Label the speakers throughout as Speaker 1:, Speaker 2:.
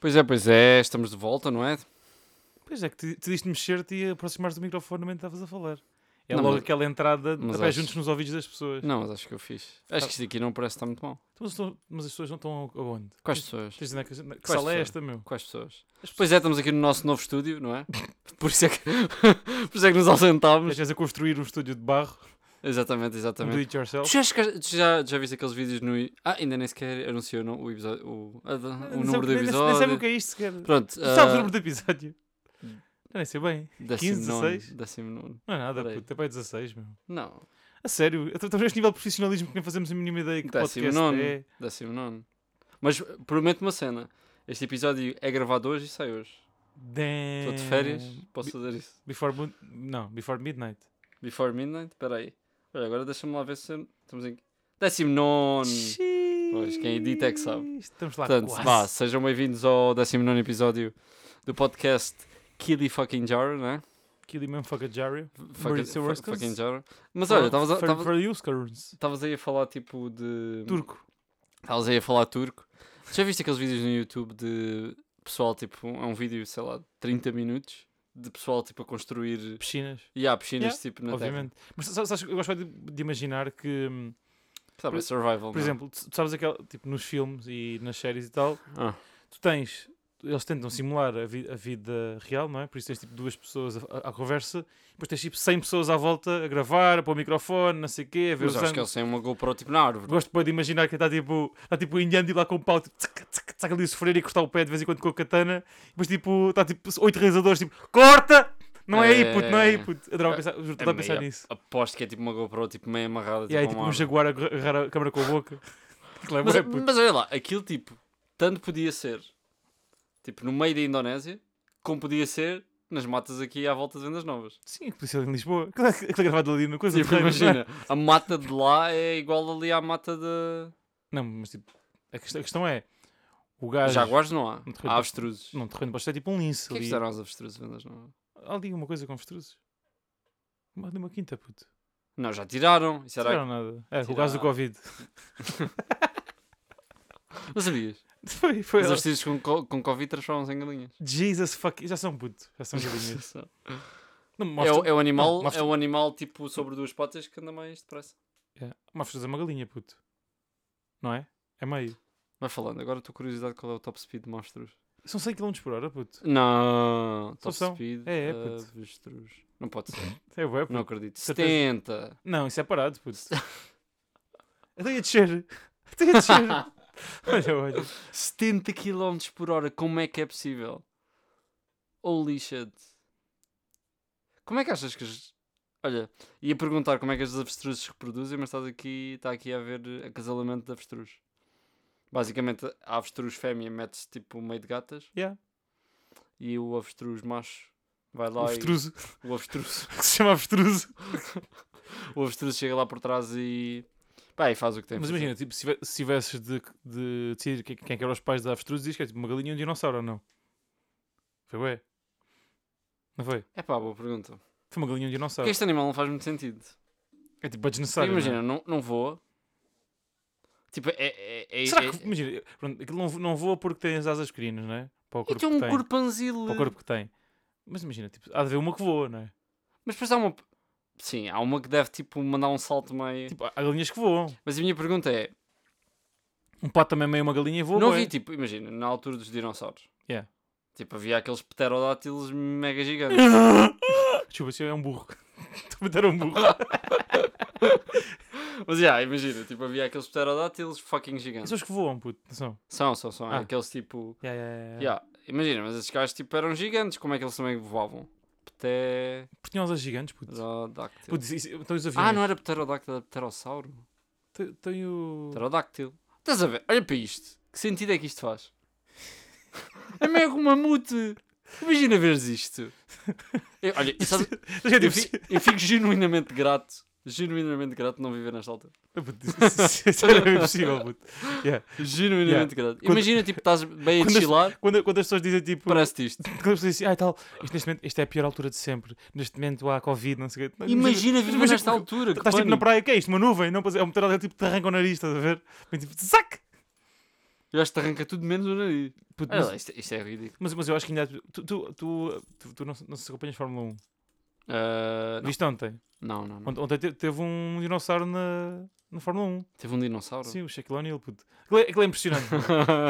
Speaker 1: Pois é, pois é, estamos de volta, não é?
Speaker 2: Pois é, que te, te diste mexer-te e aproximares do microfone no momento que estavas a falar. É
Speaker 1: Não,
Speaker 2: logo
Speaker 1: mas-
Speaker 2: aquela entrada
Speaker 1: mas
Speaker 2: a pé
Speaker 1: acho-
Speaker 2: juntos nos ouvidos das pessoas.
Speaker 1: Não, mas acho que eu fiz. Acho que isto aqui não parece estar muito mal.
Speaker 2: Então, Mas, estão- mas as pessoas não estão aonde?
Speaker 1: Quais pessoas?
Speaker 2: Tens de dizer que,
Speaker 1: Quais
Speaker 2: que sala é
Speaker 1: pessoas?
Speaker 2: esta, meu?
Speaker 1: Quais pessoas? Pois é, estamos aqui no nosso novo estúdio, não é? Por isso é que, por isso é que nos ausentámos.
Speaker 2: Estás a construir um estúdio de barro,
Speaker 1: Exatamente,
Speaker 2: um
Speaker 1: exatamente.
Speaker 2: do it
Speaker 1: Tu
Speaker 2: yourself.
Speaker 1: já, chegaste- tu já, já viste aqueles vídeos no. i- Ah, ainda nem sequer anunciou não, o, episódio, o, a- o
Speaker 2: Nem
Speaker 1: número do
Speaker 2: sabe- nem- Nem sabe o
Speaker 1: episódio.
Speaker 2: que é isto sequer.
Speaker 1: Pronto,
Speaker 2: Tu sabes o
Speaker 1: ah,
Speaker 2: número do episódio?
Speaker 1: Hum.
Speaker 2: Não, nem sei bem.
Speaker 1: 19,
Speaker 2: 16?
Speaker 1: 19.
Speaker 2: Não é nada,
Speaker 1: Peraí.
Speaker 2: puto. Até para 16, meu.
Speaker 1: Não,
Speaker 2: A sério, Então, estamos neste nível de profissionalismo que nem fazemos a mínima ideia que
Speaker 1: Décimo
Speaker 2: podcast
Speaker 1: nono.
Speaker 2: é.
Speaker 1: 19. Mas prometo uma cena. Este episódio é gravado hoje e sai hoje. Estou de férias,
Speaker 2: Damn.
Speaker 1: posso fazer isso.
Speaker 2: Before, moon... não, before Midnight.
Speaker 1: Before Midnight? Espera aí. Olha, agora deixa-me lá ver se... eu- Estamos em... 19! Pois, quem edita é que sabe.
Speaker 2: Estamos lá
Speaker 1: Portanto,
Speaker 2: quase.
Speaker 1: vá, sejam bem-vindos ao 19 episódio do podcast Kiddy Fucking Jar, né?
Speaker 2: Kill him and fuck a Jerry.
Speaker 1: Fucking,
Speaker 2: Mauricio
Speaker 1: fu-
Speaker 2: Orskes?
Speaker 1: fucking Jar. Mas olha, estavas a-
Speaker 2: For-
Speaker 1: estavas-
Speaker 2: for you, Scarons.
Speaker 1: estavas aí a falar tipo de...
Speaker 2: Turco.
Speaker 1: Estavas aí a falar turco. Já viste aqueles vídeos no YouTube de pessoal, tipo, é um vídeo, sei lá, de 30 minutos de pessoal, tipo, a construir...
Speaker 2: Piscinas.
Speaker 1: E há piscinas,
Speaker 2: Yeah,
Speaker 1: tipo, na
Speaker 2: obviamente. Mas sa- sabes, eu gosto de, de imaginar que, hum,
Speaker 1: terra. Sabe,
Speaker 2: Por-
Speaker 1: é survival,
Speaker 2: por exemplo, tu tu sabes aquele, tipo, nos filmes e nas séries e tal,
Speaker 1: Ah.
Speaker 2: tu tens, eles tentam simular a, vi- a vida real, não é? Por isso tens tipo duas pessoas a- a- à conversa, depois tens tipo 100 pessoas à volta a gravar, a pôr o microfone, não sei o quê, a ver
Speaker 1: Mas
Speaker 2: os
Speaker 1: acho que
Speaker 2: ângulos.
Speaker 1: eles têm uma GoPro, tipo, na árvore.
Speaker 2: Gosto depois de imaginar que está tipo, está tipo o indiano de ir lá com o pau, tipo, tsac, tsac, tsac, ali a sofrer e cortar o pé de vez em quando com a katana, e depois tipo, está tipo oito realizadores, tipo, corta! Não é aí, puto, não é aí, puto. Adorava pensar,
Speaker 1: É
Speaker 2: juro, estava a pensar
Speaker 1: meio-
Speaker 2: nisso.
Speaker 1: Aposto que é tipo uma GoPro, tipo, meio amarrada,
Speaker 2: E aí,
Speaker 1: tipo, a
Speaker 2: tipo, um
Speaker 1: uma árvore.
Speaker 2: jaguar a agarrar a câmera com a boca. Que lembra, é,
Speaker 1: mas,
Speaker 2: puto.
Speaker 1: mas olha lá, aquilo, tipo, tanto podia ser, tipo, no meio da Indonésia, como podia ser nas matas aqui à volta de Vendas Novas.
Speaker 2: Sim, que policial em Lisboa. Aquilo aquilo é gravado ali na coisa.
Speaker 1: Tipo,
Speaker 2: terreiro, não é?
Speaker 1: imagina, a mata de lá é igual ali à mata de...
Speaker 2: Não, mas tipo, a questão, a questão é: o gajo.
Speaker 1: Jaguares não há.
Speaker 2: Não te
Speaker 1: Há avestruzes.
Speaker 2: Não, terreno baixo é tipo um
Speaker 1: O que é
Speaker 2: lince
Speaker 1: que
Speaker 2: ali.
Speaker 1: fizeram aos avestruzes vendas não?
Speaker 2: Há ali uma coisa com avestruzes. Mas de uma quinta, puto.
Speaker 1: Não, já tiraram. Isso
Speaker 2: Não
Speaker 1: era...
Speaker 2: tiraram nada. É, o
Speaker 1: Tiraram.
Speaker 2: gajo do Covid.
Speaker 1: Não sabias?
Speaker 2: Foi, foi.
Speaker 1: Os avestruzes com, co- com Covid transformam-se em galinhas.
Speaker 2: Jesus fuck. Já são puto. Já são galinhas. Não, uma
Speaker 1: É o,
Speaker 2: avestruz-
Speaker 1: é o animal,
Speaker 2: Não, mostra-
Speaker 1: é o animal tipo sobre duas patas que anda mais depressa.
Speaker 2: É, Uma avestruz é uma galinha, puto. Não é? É meio.
Speaker 1: Vai falando, agora estou curiosidade qual é o top speed de uma avestruz.
Speaker 2: São 100 km por hora, puto.
Speaker 1: Não,
Speaker 2: Só
Speaker 1: top
Speaker 2: são.
Speaker 1: speed
Speaker 2: É, é, puto.
Speaker 1: avestruz. Não pode ser,
Speaker 2: É bué, puto.
Speaker 1: não acredito.
Speaker 2: Certeza.
Speaker 1: 70.
Speaker 2: Não, isso é parado, puto. Até ia descer. Até ia descer. olha, olha.
Speaker 1: 70 km por hora, como é que é possível? Holy shit. Como é que achas que as... Olha, ia perguntar como é que as avestruzes se reproduzem, mas estás aqui, está aqui a ver acasalamento de avestruz. Basicamente, a avestruz fêmea mete-se tipo meio de gatas
Speaker 2: Yeah.
Speaker 1: e o avestruz macho vai lá
Speaker 2: O
Speaker 1: avestruz.
Speaker 2: avestruso.
Speaker 1: e o avestruz,
Speaker 2: Que se chama avestruso.
Speaker 1: o avestruz chega lá por trás e, pá, e faz o que tem. a
Speaker 2: Mas
Speaker 1: fazer.
Speaker 2: imagina, tipo, se tive- se tivesses de, de decidir que- quem é que eram os pais da avestruz, diz que é tipo uma galinha e um dinossauro, ou não? Foi ué? Não foi?
Speaker 1: É pá, boa pergunta.
Speaker 2: Foi uma galinha e um
Speaker 1: Porque
Speaker 2: dinossauro.
Speaker 1: este animal não faz muito sentido.
Speaker 2: É tipo, é desnecessário. não é?
Speaker 1: imagina, não, não voa. Tipo, é. é, é
Speaker 2: Será
Speaker 1: é-
Speaker 2: que, imagina, pronto, aquilo não, vo- não voa porque tem as asas crinas, não é? Para o
Speaker 1: E
Speaker 2: corpo
Speaker 1: tem um
Speaker 2: que tem.
Speaker 1: corpanzil.
Speaker 2: Para o corpo que tem. Mas imagina, tipo, há de haver uma que voa, não é?
Speaker 1: Mas depois há uma. Sim, há uma que deve tipo mandar um salto meio.
Speaker 2: Tipo, há há galinhas que voam.
Speaker 1: Mas a minha pergunta é:
Speaker 2: Um pato também é meio uma galinha e voa,
Speaker 1: não
Speaker 2: bué.
Speaker 1: vi tipo, imagina, na altura dos dinossauros.
Speaker 2: Yeah.
Speaker 1: Tipo, havia aqueles pterodátilos mega gigantes.
Speaker 2: Desculpa, isso é um burro. Estou a meter um burro.
Speaker 1: Ah. Mas já, imagina, tipo, havia aqueles pterodátilos fucking gigantes.
Speaker 2: São os que voam, puto. Não são?
Speaker 1: São, são, são.
Speaker 2: Ah.
Speaker 1: Aqueles tipo.
Speaker 2: Yeah, yeah,
Speaker 1: Yeah. Imagina, mas esses gajos tipo eram gigantes. Como é que eles também voavam?
Speaker 2: Porque tinham asas gigantes, puto.
Speaker 1: Pterodáctil.
Speaker 2: Puto, isso- então os aviões.
Speaker 1: Ah, não era pterodáctil, era pterossauro.
Speaker 2: Te- Tenho.
Speaker 1: Pterodáctil. Estás a ver? Olha para isto. Que sentido é que isto faz? É meio que um mamute. Imagina veres isto. Eu- olha, e sabe-
Speaker 2: Eu
Speaker 1: eu,
Speaker 2: tive-
Speaker 1: fico, eu fico genuinamente grato. Genuinamente grato de não viver nesta altura.
Speaker 2: Puto, isso- isso- isso era impossível, puto.
Speaker 1: Genuinamente grato.
Speaker 2: Quando-
Speaker 1: Imagina, tipo, estás bem a
Speaker 2: Quando as-
Speaker 1: chilar.
Speaker 2: Quando, quando as pessoas dizem tipo.
Speaker 1: Parece-te isto.
Speaker 2: Quando as pessoas dizem, ah, tal, isto, neste momento, isto é a pior altura de sempre. Neste momento há Covid, não sei o quê. Mas-
Speaker 1: Imagina
Speaker 2: mas-
Speaker 1: viver
Speaker 2: mas-
Speaker 1: nesta altura. que
Speaker 2: Estás tipo na
Speaker 1: pânico.
Speaker 2: é praia, o que é isto? Uma nuvem? Não, pois é é um meter tipo te arranca o nariz, estás a ver? Vem tipo, zac!
Speaker 1: Eu acho que te arranca tudo menos o nariz.
Speaker 2: Puto,
Speaker 1: Olha
Speaker 2: mas,
Speaker 1: lá, isto, isto é ridículo.
Speaker 2: mas, mas eu acho que ainda. Tu, tu, tu, tu, tu não, se- não se acompanhas Fórmula 1.
Speaker 1: Ah,
Speaker 2: Viste ontem?
Speaker 1: não, não, não.
Speaker 2: Ont- Ontem te- teve um dinossauro na, na Fórmula 1.
Speaker 1: Teve um dinossauro?
Speaker 2: Sim, o Shaquille O'Neal, puto. Aquilo é, aquilo é impressionante.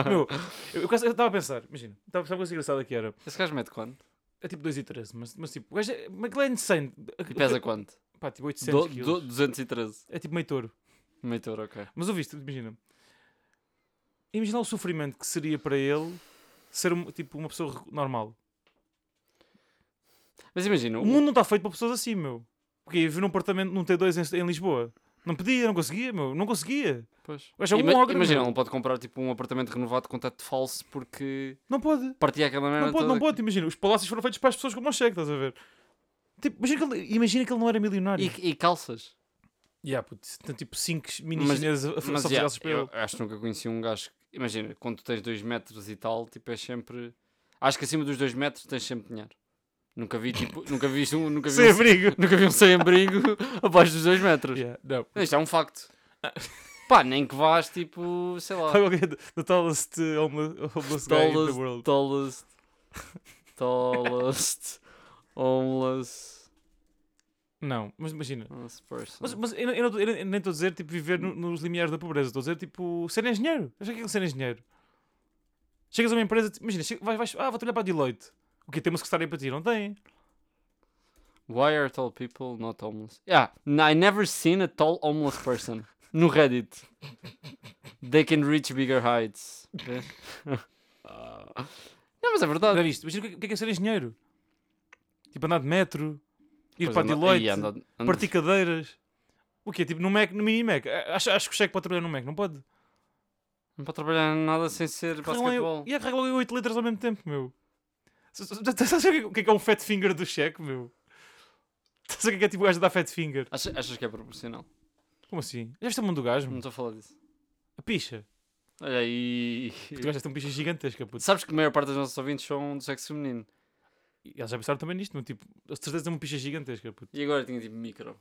Speaker 2: Meu, eu eu quase- eu estava a pensar, imagina, estava sabe uma coisa engraçada que era?
Speaker 1: Esse gajo mete quanto?
Speaker 2: É tipo 2 e 13, mas, mas tipo, o gajo é, mas aquilo é insane.
Speaker 1: E pesa quanto?
Speaker 2: Pá, tipo 800
Speaker 1: Do,
Speaker 2: quilos.
Speaker 1: do, 213.
Speaker 2: É tipo meio touro.
Speaker 1: Meio touro, ok.
Speaker 2: Mas ouviste, imagina. Imagina o sofrimento que seria para ele ser um- tipo uma pessoa regu- normal.
Speaker 1: Mas imagina,
Speaker 2: O mundo não está feito para pessoas assim, meu. Porque eu vivi num apartamento num T2 em, em Lisboa. Não podia, não conseguia, meu. Não conseguia.
Speaker 1: Pois.
Speaker 2: Mas é um
Speaker 1: Ima-
Speaker 2: ogro,
Speaker 1: imagina,
Speaker 2: meu.
Speaker 1: ele pode comprar tipo um apartamento renovado com teto falso porque
Speaker 2: Não pode.
Speaker 1: partia aquela merda
Speaker 2: Não pode,
Speaker 1: toda.
Speaker 2: não pode. Imagina, os palácios foram feitos para as pessoas como nós chega, estás a ver? Tipo, imagina que ele, imagina que ele não era milionário.
Speaker 1: E, e calças.
Speaker 2: Yeah, puto, tem tipo 5 mini
Speaker 1: Mas-
Speaker 2: chineses a, a
Speaker 1: Mas
Speaker 2: só
Speaker 1: já,
Speaker 2: fizesses para
Speaker 1: eu
Speaker 2: ele.
Speaker 1: acho que nunca conheci um gajo. que- Imagina, quando tu tens 2 metros e tal, tipo, é sempre. Acho que acima dos 2 metros tens sempre dinheiro. Nunca vi, tipo, nunca vi um, nunca vi
Speaker 2: Sem
Speaker 1: um,
Speaker 2: abrigo.
Speaker 1: nunca vi um sem abrigo abaixo dos 2 metros.
Speaker 2: Yeah, não.
Speaker 1: Isto é um facto. Pá, nem que vás, tipo, sei lá.
Speaker 2: Sabe alguém do- do é tallest uh, homeless, homeless guy in the
Speaker 1: Tallest,
Speaker 2: world?
Speaker 1: tallest, tallest, homeless,
Speaker 2: Não, mas imagina.
Speaker 1: homeless person.
Speaker 2: Mas, mas eu, não- eu não tô- eu nem- nem estou a dizer tipo, viver no- nos limiares da pobreza, estou a dizer tipo ser engenheiro. Acho que é ser engenheiro. Chegas a uma empresa, tipo, imagina, che- vais, vais, ah, vou trabalhar para a Deloitte. O que tem uma secretária para ti? Não tem.
Speaker 1: Why are tall people not homeless? Yeah, n- I never seen a tall homeless person. No Reddit. They can reach bigger heights. Vês? Não, mas é
Speaker 2: Já
Speaker 1: verdade.
Speaker 2: viste? Imagina o que- o que é, que é ser engenheiro. Tipo andar de metro, ir
Speaker 1: Pois
Speaker 2: para a
Speaker 1: anda-
Speaker 2: Deloitte,
Speaker 1: Ih, anda- anda-
Speaker 2: partir cadeiras. O quê? Tipo no Mac, no mini Mac. Ah, Acho, acho que o cheque pode trabalhar no Mac, não pode?
Speaker 1: Não pode trabalhar em nada sem ser
Speaker 2: é
Speaker 1: basquetebol.
Speaker 2: E arreglam 8 letras ao mesmo tempo, meu. Sabes o que é que é um fat finger do cheque, meu? Sabes o que é que é tipo o gajo da fat finger?
Speaker 1: Achas, achas que é proporcional?
Speaker 2: Como assim? Já viste a mão do gajo?
Speaker 1: Não
Speaker 2: meu?
Speaker 1: estou a falar disso.
Speaker 2: A picha.
Speaker 1: Olha aí.
Speaker 2: Porque o gajo deve ter uma picha gigantesca, puto.
Speaker 1: Sabes que a maior parte dos nossos ouvintes são do sexo feminino.
Speaker 2: E eles já pensaram também nisto, meu. Tipo, a certeza é uma picha gigantesca, puto.
Speaker 1: E agora tinha tipo micro.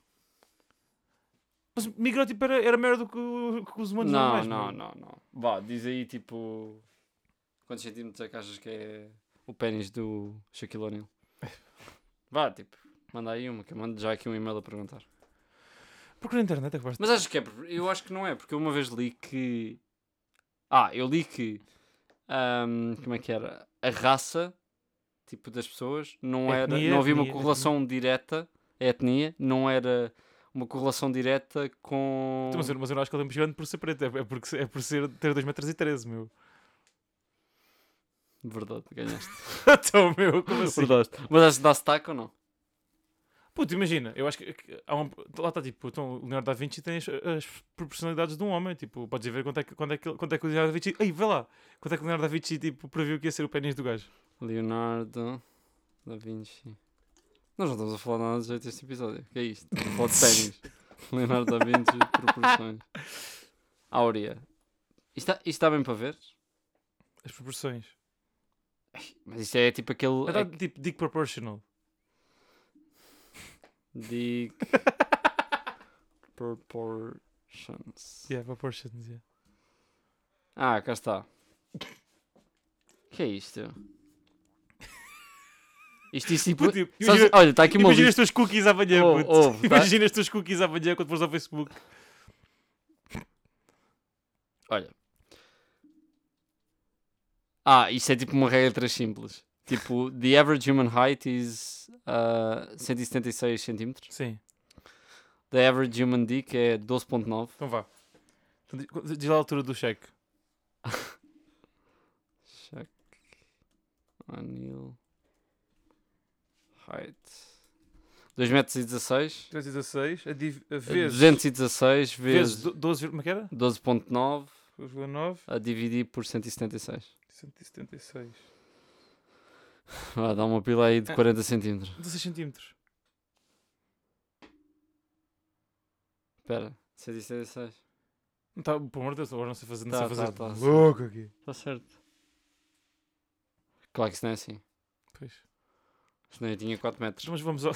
Speaker 2: Mas o micro, tipo, era, era maior do que, o- que os humanos
Speaker 1: Não,
Speaker 2: normais,
Speaker 1: não,
Speaker 2: meu.
Speaker 1: não, não. Vá, diz aí tipo. Quantos centímetros é que achas que é o pênis do Shaquille O'Neal? Vá, tipo, manda aí uma, que eu mando já aqui um e-mail a perguntar.
Speaker 2: Porque na internet é que basta.
Speaker 1: Mas acho que é, por- eu acho que não é, porque eu uma vez li que. Ah, eu li que. ahm, como é que era? A raça, tipo, das pessoas, não era.
Speaker 2: Etnia,
Speaker 1: não havia uma
Speaker 2: etnia,
Speaker 1: correlação direta, a etnia, não era uma correlação direta com.
Speaker 2: Mas, eu- mas eu não acho que ele é muito gigante por ser preto. É, é porque, é por ser, ter 2 metros e 13, meu.
Speaker 1: Verdade, ganhaste.
Speaker 2: então, meu, como assim?
Speaker 1: Verdade. Mas acho que dá destaque ou não?
Speaker 2: Puto, imagina, eu acho que que há um, lá está tipo, então, o Leonardo da Vinci tem as, as proporcionalidades de um homem, tipo, podes ir ver quanto é que, quanto é que, quanto é que o Leonardo da Vinci, ei, vê lá, quanto é que o Leonardo da Vinci, tipo, previu que ia ser o pênis do gajo.
Speaker 1: Leonardo da Vinci. Nós não estamos a falar nada de jeito este episódio. O que é isto? Estamos a falar de ténis. Leonardo da Vinci, proporções. Áurea. Isto está, isto está bem para ver?
Speaker 2: As proporções.
Speaker 1: Mas isto é tipo aquele.
Speaker 2: Então, tipo, dick proportional.
Speaker 1: Dick. Proportions.
Speaker 2: Yeah, proportions, yeah.
Speaker 1: Ah, cá está. O que é isto? Isto, isto tipo.
Speaker 2: Puto, tipo,
Speaker 1: Sabes-
Speaker 2: imagina,
Speaker 1: olha, está aqui uma
Speaker 2: imagina as
Speaker 1: lista.
Speaker 2: tuas cookies amanhã,
Speaker 1: Oh,
Speaker 2: puto.
Speaker 1: oh, tá.
Speaker 2: Imagina as tuas cookies amanhã quando fores ao Facebook.
Speaker 1: Olha. Ah, isso é tipo uma regra simples. Tipo, the average human height is ah, 176 cm.
Speaker 2: Sim,
Speaker 1: The average human dick é 12.9.
Speaker 2: então vá. Então, di- Diz lá a altura do cheque.
Speaker 1: Check. Anil. Height. 2 metros e 16.
Speaker 2: 316, a, div, a vezes,
Speaker 1: 216
Speaker 2: vezes
Speaker 1: vezes
Speaker 2: do- 12, como é que era?
Speaker 1: 12.9
Speaker 2: 2,9,
Speaker 1: a dividir por 176.
Speaker 2: 176.
Speaker 1: Ah, dá uma pila
Speaker 2: É.
Speaker 1: aí de 40 centímetros.
Speaker 2: 16 centímetros.
Speaker 1: Espera, 176.
Speaker 2: Não Tá, pelo amor de Deus, agora não sei fazer, não
Speaker 1: Tá,
Speaker 2: sei fazer.
Speaker 1: tá, tá.
Speaker 2: louco aqui.
Speaker 1: Está certo. Claro que isso não é assim.
Speaker 2: Pois.
Speaker 1: Senão eu tinha 4 metros.
Speaker 2: Mas vamos ao,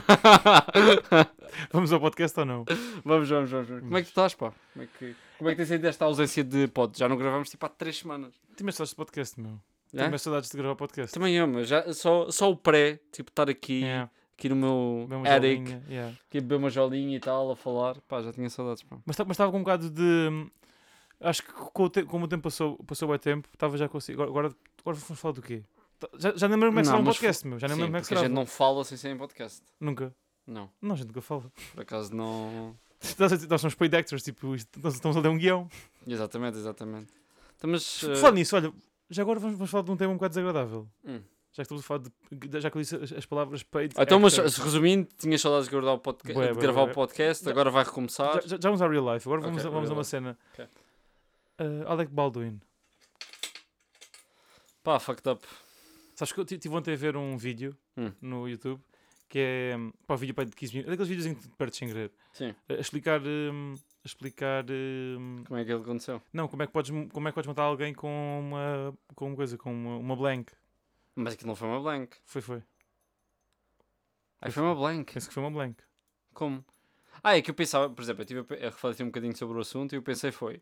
Speaker 2: vamos ao podcast ou não?
Speaker 1: vamos, vamos, vamos, vamos. Como é que tu estás, pá? Como é que, como é que tem sido esta ausência de pod? Já não gravamos tipo há 3 semanas.
Speaker 2: Tinha saudades de podcast, meu.
Speaker 1: É?
Speaker 2: Tinha saudades de gravar podcast.
Speaker 1: Também eu, mas já, só, só o pré, tipo, estar aqui,
Speaker 2: Yeah.
Speaker 1: aqui no meu
Speaker 2: Bem, É. uma
Speaker 1: attic,
Speaker 2: jolinha, é, yeah.
Speaker 1: aqui a beber uma jolinha e tal, a falar. Pá, já tinha saudades, pá.
Speaker 2: Mas estava mas estava com um bocado de. Acho que com o te- como o tempo passou, passou bem tempo, estava já consigo. Agora, agora, agora vamos falar do quê? Tá- Já, já nem lembro como é que
Speaker 1: Não,
Speaker 2: será um
Speaker 1: mas
Speaker 2: podcast, meu. Já nem
Speaker 1: Sim,
Speaker 2: lembro como é que
Speaker 1: porque
Speaker 2: será.
Speaker 1: a gente não fala sem ser em podcast.
Speaker 2: Nunca.
Speaker 1: Não,
Speaker 2: Não, a gente nunca fala.
Speaker 1: por acaso não.
Speaker 2: Nós, nós somos paid actors, tipo, isto- nós estamos a ler um guião.
Speaker 1: Exatamente, exatamente. Então, mas.
Speaker 2: Por
Speaker 1: eh,
Speaker 2: falar nisso, olha, já agora vamos, vamos falar de um tema um bocado desagradável.
Speaker 1: hum.
Speaker 2: Já que estamos a falar de. de- Já que eu disse as, as palavras paid.
Speaker 1: Ah, Então, mas
Speaker 2: actor.
Speaker 1: se resumindo, tinha saudades de gravar o, podca-
Speaker 2: É Bué,
Speaker 1: de
Speaker 2: bué,
Speaker 1: gravar
Speaker 2: bué.
Speaker 1: o podcast,
Speaker 2: Já-
Speaker 1: agora vai recomeçar.
Speaker 2: Já, já- já vamos à real life, agora vamos,
Speaker 1: Ok,
Speaker 2: a- vamos a
Speaker 1: real
Speaker 2: uma
Speaker 1: life.
Speaker 2: cena.
Speaker 1: Ok.
Speaker 2: Ah, Alec Baldwin.
Speaker 1: Pá, fucked up.
Speaker 2: Sabes que eu estive ontem a ver um vídeo
Speaker 1: Hum.
Speaker 2: no YouTube que é. hum, Pá, vídeo pá, de 15 minutos. É daqueles vídeos em que tu te perdes sem querer.
Speaker 1: Sim.
Speaker 2: A a explicar. hum, a explicar. hum,
Speaker 1: Como é que ele aconteceu?
Speaker 2: não, como é, que podes, mu- como é que podes matar alguém com uma. com uma coisa, com uma, uma blank.
Speaker 1: Mas aquilo não foi uma blank.
Speaker 2: Foi, foi.
Speaker 1: Aí foi uma blank.
Speaker 2: Penso que foi uma blank.
Speaker 1: Como? Ah, é que eu pensava, por exemplo, eu estive a pe- a refletir um bocadinho sobre o assunto e eu pensei foi,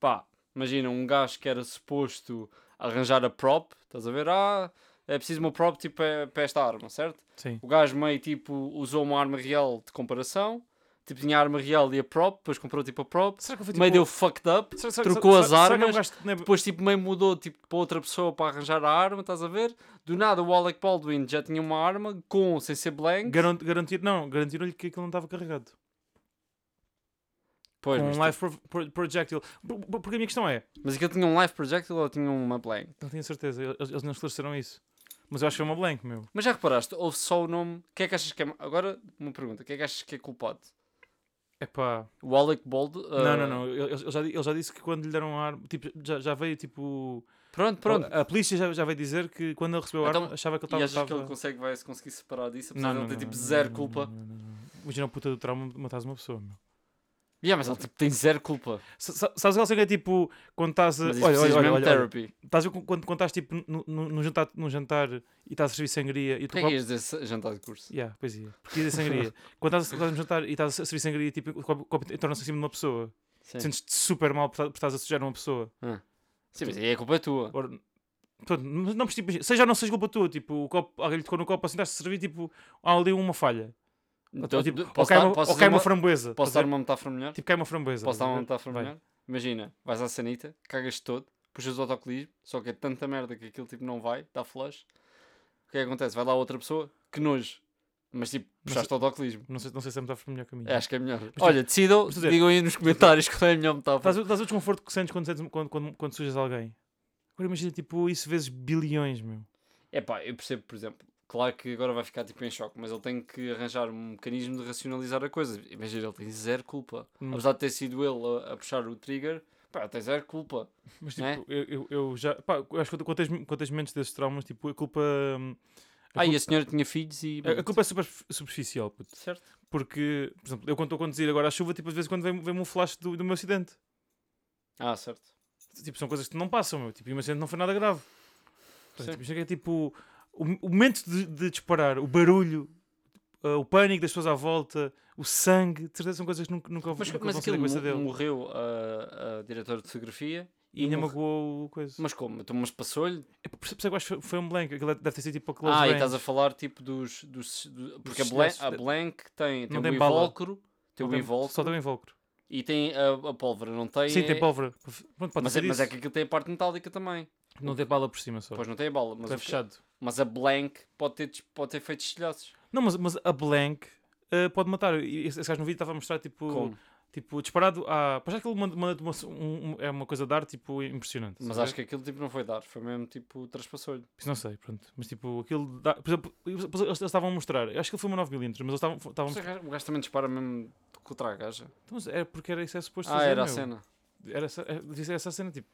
Speaker 1: pá, imagina um gajo que era suposto arranjar a prop, estás a ver? Ah, é preciso uma prop tipo eh, para esta arma, certo?
Speaker 2: Sim.
Speaker 1: O gajo meio tipo usou uma arma real de comparação, tipo tinha a arma real e a prop, depois comprou tipo a prop,
Speaker 2: Será que foi
Speaker 1: meio deu fucked up,
Speaker 2: será- será-
Speaker 1: trocou
Speaker 2: será-
Speaker 1: as
Speaker 2: será que é um
Speaker 1: armas,
Speaker 2: gajo que não é-
Speaker 1: depois tipo meio mudou tipo para outra pessoa para arranjar a arma, estás a ver? Do nada o Alec Baldwin já tinha uma arma com sem ser blank.
Speaker 2: Garan- garantir, não, garantiram-lhe que aquilo não estava carregado.
Speaker 1: Pois,
Speaker 2: com
Speaker 1: mas,
Speaker 2: um live pro, pro- projectile. Por- por- Porque a minha questão é,
Speaker 1: mas aquilo tinha um live projectile ou tinha uma blank?
Speaker 2: não tenho certeza, eles, eles não esclareceram isso. Mas eu acho que foi uma blank, meu.
Speaker 1: Mas já reparaste, houve só o nome. O que é que achas que é. Agora, uma pergunta: o que é que achas que é culpado?
Speaker 2: É pá.
Speaker 1: O Alec Bold.
Speaker 2: Não, não, não. Ele, ele já, di- ele já disse que quando lhe deram a arma, tipo, já, já veio tipo.
Speaker 1: Ah, Pronto, pronto.
Speaker 2: A, a polícia já, já veio dizer que quando ele recebeu a arma
Speaker 1: Então,
Speaker 2: achava que ele
Speaker 1: e
Speaker 2: estava.
Speaker 1: achas que ele consegue, vai se conseguir separar disso? Apesar
Speaker 2: Não,
Speaker 1: de
Speaker 2: não,
Speaker 1: ele ter
Speaker 2: não,
Speaker 1: tipo
Speaker 2: não,
Speaker 1: zero
Speaker 2: não,
Speaker 1: culpa.
Speaker 2: não, não, não. Imagina o puta do trauma de matares uma pessoa, meu.
Speaker 1: Yeah, mas ele tipo, tem zero culpa.
Speaker 2: Sa- sa- Sabes aquela cena que é tipo. Quando estás a.
Speaker 1: Mas isso
Speaker 2: Olha, olha,
Speaker 1: precisa
Speaker 2: olha,
Speaker 1: mesmo
Speaker 2: olha, olha.
Speaker 1: therapy.
Speaker 2: Estás a ver quando, quando estás tipo no- no- num jantar, num jantar e estás a servir sangria e o
Speaker 1: Porquê é
Speaker 2: teu
Speaker 1: que
Speaker 2: copo-
Speaker 1: ias dizer se- jantar de curso?
Speaker 2: Yeah, pois é. Porque ia dizer sangria. Quando estás, a- estás a jantar e estás a servir sangria, tipo, o copo copo torna-se em cima de uma pessoa.
Speaker 1: Sim.
Speaker 2: Sentes-te super mal por, por estás a sujar uma pessoa.
Speaker 1: Sim, mas aí a culpa é tua.
Speaker 2: Ora, portanto, mas não, mas, tipo, seja ou não seja culpa tua, tipo, o copo, alguém lhe tocou no copo assim, estás a servir, tipo, há ali uma falha. Ou,
Speaker 1: Então,
Speaker 2: tipo, ou
Speaker 1: posso
Speaker 2: cai
Speaker 1: dar-
Speaker 2: uma,
Speaker 1: posso
Speaker 2: ou cai
Speaker 1: fazer
Speaker 2: uma
Speaker 1: uma-
Speaker 2: framboesa.
Speaker 1: Posso
Speaker 2: estás a
Speaker 1: dar
Speaker 2: ver?
Speaker 1: uma metáfora melhor?
Speaker 2: Tipo, cai uma framboesa.
Speaker 1: Posso dar
Speaker 2: estás a
Speaker 1: uma
Speaker 2: ver?
Speaker 1: metáfora
Speaker 2: Vai.
Speaker 1: melhor? Imagina, vais à sanita, cagas todo, puxas o autocolismo, só que é tanta merda que aquilo tipo não vai, dá flush. O que é que acontece? Vai lá outra pessoa, que nojo. Mas tipo,
Speaker 2: Mas-
Speaker 1: puxaste o autocolismo.
Speaker 2: Não sei, não sei se é a metáfora melhor que a minha.
Speaker 1: É, acho que é melhor. Olha, decidam,
Speaker 2: mas, quer dizer,
Speaker 1: digam aí nos comentários qual é a melhor metáfora.
Speaker 2: Estás, a- estás o desconforto que sentes quando, sentes- quando, quando, quando sujas alguém. Agora imagina, tipo, isso vezes bilhões, meu.
Speaker 1: É pá, eu percebo, por exemplo, claro que agora vai ficar tipo em choque, mas ele tem que arranjar um mecanismo de racionalizar a coisa. Imagina, ele tem zero culpa.
Speaker 2: Hum.
Speaker 1: Apesar de ter sido ele a, a puxar o trigger, pá, ele tem zero culpa.
Speaker 2: Mas tipo,
Speaker 1: Não é?
Speaker 2: eu, eu, eu já. Pá, eu acho que quando tens, quando tens momentos desses traumas, tipo, a culpa. hum, A
Speaker 1: Ah, e tipo
Speaker 2: culpa-
Speaker 1: a senhora tinha filhos e.
Speaker 2: A, a culpa é super superficial, puto.
Speaker 1: Certo?
Speaker 2: Porque, por exemplo, eu quando estou a conduzir agora à chuva, tipo, às vezes quando vem- vem-me um flash do, do meu acidente.
Speaker 1: Ah, certo.
Speaker 2: Tipo, são coisas que não passam, meu. Tipo, e o meu acidente não foi nada grave. Portanto,
Speaker 1: Sim.
Speaker 2: tipo, isto é que é tipo. O, o momento de, de disparar, o barulho, ah, o pânico das pessoas à volta, o sangue, de certeza são coisas que nunca, nunca,
Speaker 1: Mas,
Speaker 2: nunca
Speaker 1: mas
Speaker 2: vão sair da
Speaker 1: aquilo
Speaker 2: cabeça
Speaker 1: mo-
Speaker 2: dele.
Speaker 1: morreu ah, a, a diretora de fotografia
Speaker 2: E ainda
Speaker 1: morre-
Speaker 2: magoou o coisa.
Speaker 1: Mas como? Então, mas passou-lhe?
Speaker 2: É por isso que eu acho que foi- foi um blank. Aquilo deve ter sido tipo a close
Speaker 1: Ah, e
Speaker 2: range.
Speaker 1: estás a falar tipo dos. dos, do- porque a,
Speaker 2: Dos
Speaker 1: Blan-
Speaker 2: silhuetes
Speaker 1: a
Speaker 2: de-
Speaker 1: Blank tem, tem,
Speaker 2: tem
Speaker 1: o
Speaker 2: bala.
Speaker 1: invólucro, tem o
Speaker 2: Não tem- Só
Speaker 1: um invólucro
Speaker 2: tem o invólucro.
Speaker 1: e tem a, a pólvora, não tem.
Speaker 2: Sim, tem
Speaker 1: é-
Speaker 2: pólvora. Pronto, pode
Speaker 1: Mas,
Speaker 2: ser
Speaker 1: é, mas é
Speaker 2: isso.
Speaker 1: que aquilo tem a parte metálica também.
Speaker 2: Não tem bala por cima só.
Speaker 1: Pois não tem a bala, mas,
Speaker 2: Está
Speaker 1: o que- é
Speaker 2: fechado.
Speaker 1: mas a Blank pode ter, des- pode ter feito estilhaços.
Speaker 2: Não, mas, mas a blank eh, pode matar. E Esse esse gajo no vídeo estava a mostrar tipo,
Speaker 1: Como?
Speaker 2: tipo disparado a. Pois já que ele manda, manda uma, um- um- é uma coisa de ar tipo impressionante.
Speaker 1: Mas acho que aquilo tipo não foi dar, foi mesmo tipo traspassou-lhe.
Speaker 2: Isso não sei, pronto. Mas tipo, aquilo. dá- Por exemplo, eles eles estavam a mostrar. Eu acho que ele foi uma 9mm, mas eles estavam. estavam-
Speaker 1: Mas O gajo- o gajo também dispara mesmo contra a gaja.
Speaker 2: Então, mas era porque era isso é suposto
Speaker 1: Ah,
Speaker 2: fazer,
Speaker 1: era a
Speaker 2: meu.
Speaker 1: cena.
Speaker 2: Era essa, é- devia ser essa a cena, tipo.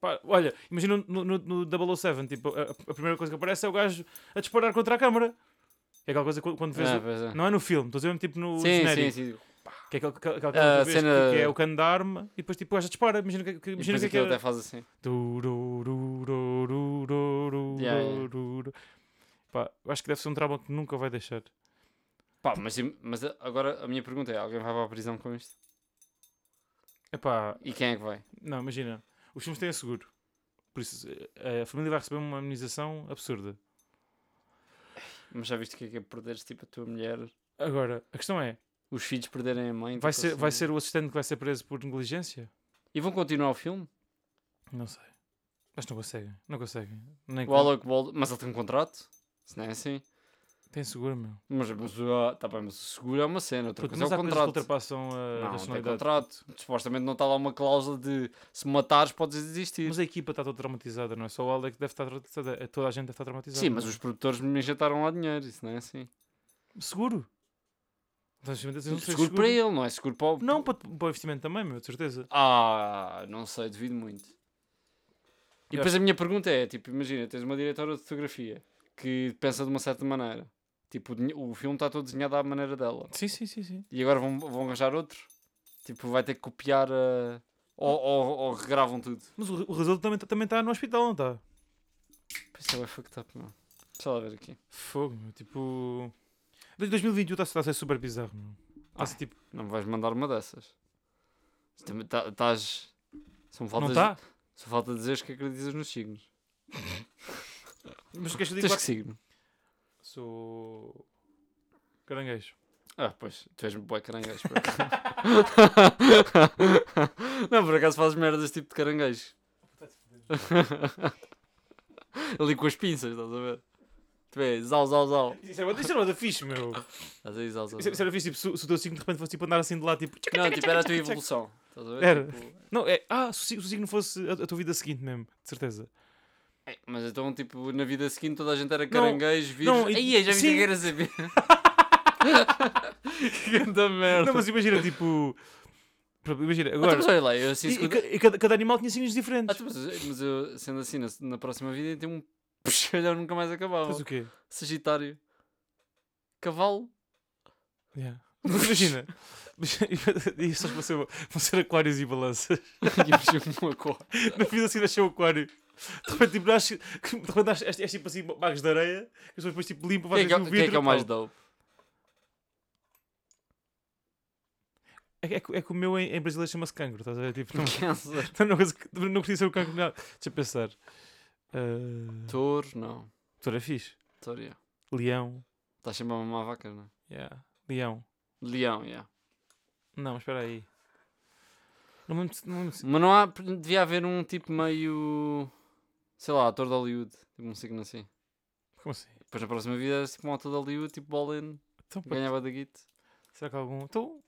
Speaker 2: pá, olha, imagina no, no, no 007, tipo, a, a primeira coisa que aparece é o gajo a disparar contra a câmara. É aquela coisa quando, quando vês.
Speaker 1: Ah,
Speaker 2: o-
Speaker 1: pois é.
Speaker 2: Não é no filme, estou a dizer mesmo tipo no
Speaker 1: Sim,
Speaker 2: genérico.
Speaker 1: sim, sim.
Speaker 2: Que é aquela, aquela,
Speaker 1: Ah,
Speaker 2: aquela coisa que vês,
Speaker 1: cena-
Speaker 2: que é o cano da arma e depois tipo o gajo dispara. Imagina que, que,
Speaker 1: E
Speaker 2: imagina
Speaker 1: depois
Speaker 2: que, é que
Speaker 1: aquilo
Speaker 2: era.
Speaker 1: até faz assim.
Speaker 2: Turururururururu.
Speaker 1: Yeah, yeah.
Speaker 2: Pá, eu acho que deve ser um trauma que nunca vai deixar.
Speaker 1: Pá, mas, im- mas a- agora a minha pergunta é: alguém vai para a prisão com isto?
Speaker 2: Epá,
Speaker 1: E quem é que vai?
Speaker 2: não, imagina. Os filmes têm seguro. Por isso, eh, a família vai receber uma imunização absurda.
Speaker 1: Mas já viste o que é que é perderes tipo a tua mulher,
Speaker 2: Agora, a questão é,
Speaker 1: os filhos perderem a mãe?
Speaker 2: vai
Speaker 1: tipo
Speaker 2: ser, vai
Speaker 1: assim?
Speaker 2: ser o assistente que vai ser preso por negligência?
Speaker 1: E vão continuar o filme?
Speaker 2: Não sei. Mas não conseguem, não conseguem. Nem
Speaker 1: O Alec Baldwin, mas ele tem um contrato? Se não é assim?
Speaker 2: Tem seguro, meu.
Speaker 1: Mas, mas, ah, tá bem, mas o seguro é uma cena, outra
Speaker 2: Puto,
Speaker 1: coisa é
Speaker 2: mas há
Speaker 1: o
Speaker 2: coisas que
Speaker 1: contrato.
Speaker 2: ultrapassam a
Speaker 1: Não, tem
Speaker 2: racionalidade.
Speaker 1: contrato. Supostamente não está lá uma cláusula de se matares podes desistir.
Speaker 2: Mas a equipa está toda traumatizada, não é só o Alec que deve estar traumatizada. Toda a gente deve estar traumatizada.
Speaker 1: Sim, mas os produtores me injetaram lá dinheiro, isso não é assim.
Speaker 2: Seguro. Então, se eu não sei
Speaker 1: seguro, para ele, não é seguro para o...
Speaker 2: Não, para, para o investimento também, meu, de certeza.
Speaker 1: Ah, não sei, devido muito. E
Speaker 2: Eu
Speaker 1: depois a minha pergunta é, tipo, imagina, tens uma diretora de fotografia que pensa de uma certa maneira. Tipo, o dinhe- o filme está todo desenhado à maneira dela.
Speaker 2: Sim, sim, sim, sim.
Speaker 1: E agora vão, vão arranjar outro? Tipo, vai ter que copiar a... Ou, ou, ou regravam tudo.
Speaker 2: Mas o, o Rizaldo também, tá- também está no hospital, não tá? está?
Speaker 1: Isso é bué fucked up, não. Deixa lá ver aqui.
Speaker 2: Fogo, meu, tipo... Desde 2021 está um tá, a ser super bizarro, meu. Está a ser tipo...
Speaker 1: Não me vais mandar uma dessas. tá, Estás. São
Speaker 2: não tá?
Speaker 1: faltas.
Speaker 2: está?
Speaker 1: Só falta dizeres que acreditas nos signos.
Speaker 2: Mas o que é que eu digo?
Speaker 1: Tens
Speaker 2: lá-
Speaker 1: que signo?
Speaker 2: Sou... Caranguejo.
Speaker 1: Ah, pois, tu és bué caranguejo. por acaso. não, por acaso fazes merdas tipo de caranguejo. Ali com as pinças, estás a ver? Tu é, és zau, zau, zau.
Speaker 2: Isso era isso era bué da fixe, meu.
Speaker 1: Ah, Estás aí, zau, zau.
Speaker 2: Isso, isso
Speaker 1: zau.
Speaker 2: era fixe, tipo, se, se o teu signo de repente fosse tipo, andar assim de lá, tipo... tchac,
Speaker 1: Não,
Speaker 2: tchac,
Speaker 1: tipo, era a tua
Speaker 2: tchac, tchac, tchac.
Speaker 1: evolução. Estás a ver?
Speaker 2: Era.
Speaker 1: Tipo,
Speaker 2: Não, é... Ah, se o sig- se o signo fosse a, a tua vida seguinte mesmo, de certeza.
Speaker 1: é, mas então, tipo, na vida seguinte toda a gente era caranguejo, vírus.
Speaker 2: não, e-
Speaker 1: Aí, já vi
Speaker 2: sim.
Speaker 1: que era saber. Ganda merda.
Speaker 2: Não, mas imagina, tipo... pronto, Imagina,
Speaker 1: Agora,
Speaker 2: agora...
Speaker 1: mas olha lá, eu assim.
Speaker 2: E,
Speaker 1: escuto-
Speaker 2: e ca- e cada, cada animal tinha signos
Speaker 1: Ah,
Speaker 2: diferentes.
Speaker 1: tu, mas, mas eu, sendo assim, na, na próxima vida tem um peixalhão nunca mais acabava.
Speaker 2: Mas o quê?
Speaker 1: Sagitário. Cavalo.
Speaker 2: Yeah. Imagina. Isso acho que vão ser, vão ser aquários e balanças.
Speaker 1: E um aquário.
Speaker 2: Na vida assim nasceu o aquário. De repente, tipo, nasce, de repente nasce, és, és tipo assim, magos de areia, que as pessoas depois tipo limpam,
Speaker 1: Quem é
Speaker 2: fazem
Speaker 1: que, é-
Speaker 2: assim, o
Speaker 1: quem é, que é o
Speaker 2: vidro,
Speaker 1: mais
Speaker 2: tal.
Speaker 1: dope?
Speaker 2: É, é, que- é que o meu em, em brasileiro chama-se cancro, estás a ver? Tipo, não,
Speaker 1: Câncer.
Speaker 2: não, é uma coisa que- não precisa ser o cancro, não. Deixa eu pensar. Uh,
Speaker 1: Touro, não.
Speaker 2: Touro é fixe.
Speaker 1: Touro, yeah.
Speaker 2: Leão.
Speaker 1: Estás sempre a mamar vacas, não é?
Speaker 2: Yeah. Leão.
Speaker 1: Leão, yeah.
Speaker 2: Não, mas espera aí. Não me lembro se- não me lembro se-
Speaker 1: Mas não há. Devia haver um tipo meio. Sei lá, ator de Hollywood. Tipo um signo assim.
Speaker 2: Como assim?
Speaker 1: Depois na próxima vida era tipo um ator de Hollywood, tipo Bolin.
Speaker 2: Então, pá,
Speaker 1: Ganhava da guita.
Speaker 2: Será que algum. Então,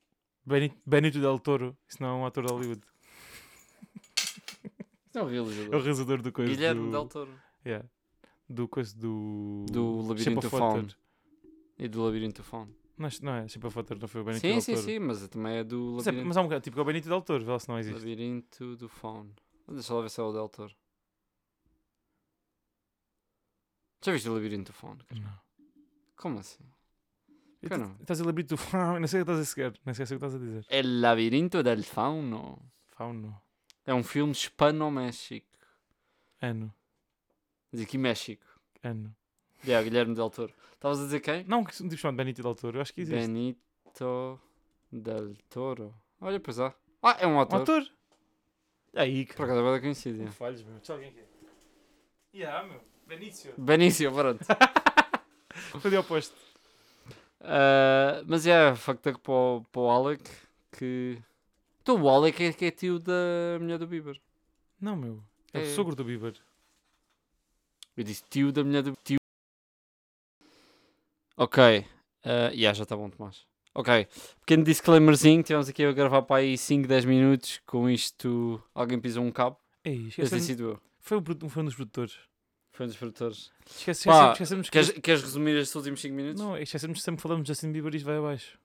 Speaker 2: Benito, Benito Del Toro, isso não é um ator de Hollywood.
Speaker 1: Isso é um
Speaker 2: É o
Speaker 1: realizador.
Speaker 2: realizador do coisa.
Speaker 1: Guilherme
Speaker 2: do...
Speaker 1: Del Toro.
Speaker 2: Yeah. Do coisa do.
Speaker 1: Do
Speaker 2: Shape of
Speaker 1: Labirinto
Speaker 2: Water.
Speaker 1: Faun. E do Labirinto Faun.
Speaker 2: Não, acho- não é, Shape of Water não foi o Benito
Speaker 1: Sim,
Speaker 2: Del
Speaker 1: sim,
Speaker 2: Toro.
Speaker 1: sim, mas também é do
Speaker 2: Mas, é,
Speaker 1: labirinto,
Speaker 2: mas há um bocado, tipo, que é o Benito Del Toro, vê lá se não existe.
Speaker 1: labirinto do Faun. Deixa lá ver se é o Del Toro. Já viste o Labirinto do Faun? cara?
Speaker 2: Não.
Speaker 1: Como assim? Que
Speaker 2: Eu t-
Speaker 1: não?
Speaker 2: Estás a Labirinto do Faun, não sei o que estás a sequer, não sei o que estás a dizer.
Speaker 1: É Labirinto del Fauno.
Speaker 2: Fauno.
Speaker 1: É um filme hispano-méxico.
Speaker 2: Ano.
Speaker 1: Diz aqui México.
Speaker 2: Ano.
Speaker 1: E É, o Guilherme Del Toro. Estavas a dizer quem?
Speaker 2: Não, que se- um tipo chamado Benito Del Toro, eu acho que existe.
Speaker 1: Benito del Toro. Olha, pois há. Ah, é um
Speaker 2: Um
Speaker 1: ator.
Speaker 2: ator. É Aí,
Speaker 1: Por
Speaker 2: cara.
Speaker 1: acaso agora conhecido.
Speaker 2: Não
Speaker 1: é.
Speaker 2: falhas, meu. Sabe quem é que é? Yeah, meu. Benício.
Speaker 1: Benício, pronto.
Speaker 2: Foi de oposto.
Speaker 1: Ah, mas é, facto é que para o, para o Alec que. Então o Alec é que é tio da mulher do Bieber.
Speaker 2: Não, meu. É o
Speaker 1: É.
Speaker 2: sogro do Bieber.
Speaker 1: Eu disse tio da mulher do tio. Ok. Ah, yeah, já está bom, Tomás. Ok. Pequeno disclaimerzinho, tivemos aqui a gravar para aí 5, 10 minutos. Com isto, alguém pisou um cabo.
Speaker 2: Ei,
Speaker 1: Esse tem
Speaker 2: É esquecemos.
Speaker 1: sido eu.
Speaker 2: Foi, o produ- foi um dos produtores.
Speaker 1: Foi um dos produtores.
Speaker 2: Esquece-
Speaker 1: Pá,
Speaker 2: Esquecemos esquecemos que. é-
Speaker 1: Queres, queres resumir estes últimos 5 minutos?
Speaker 2: Não, esquecemos que sempre falamos de Justin Bieber e isto vai abaixo.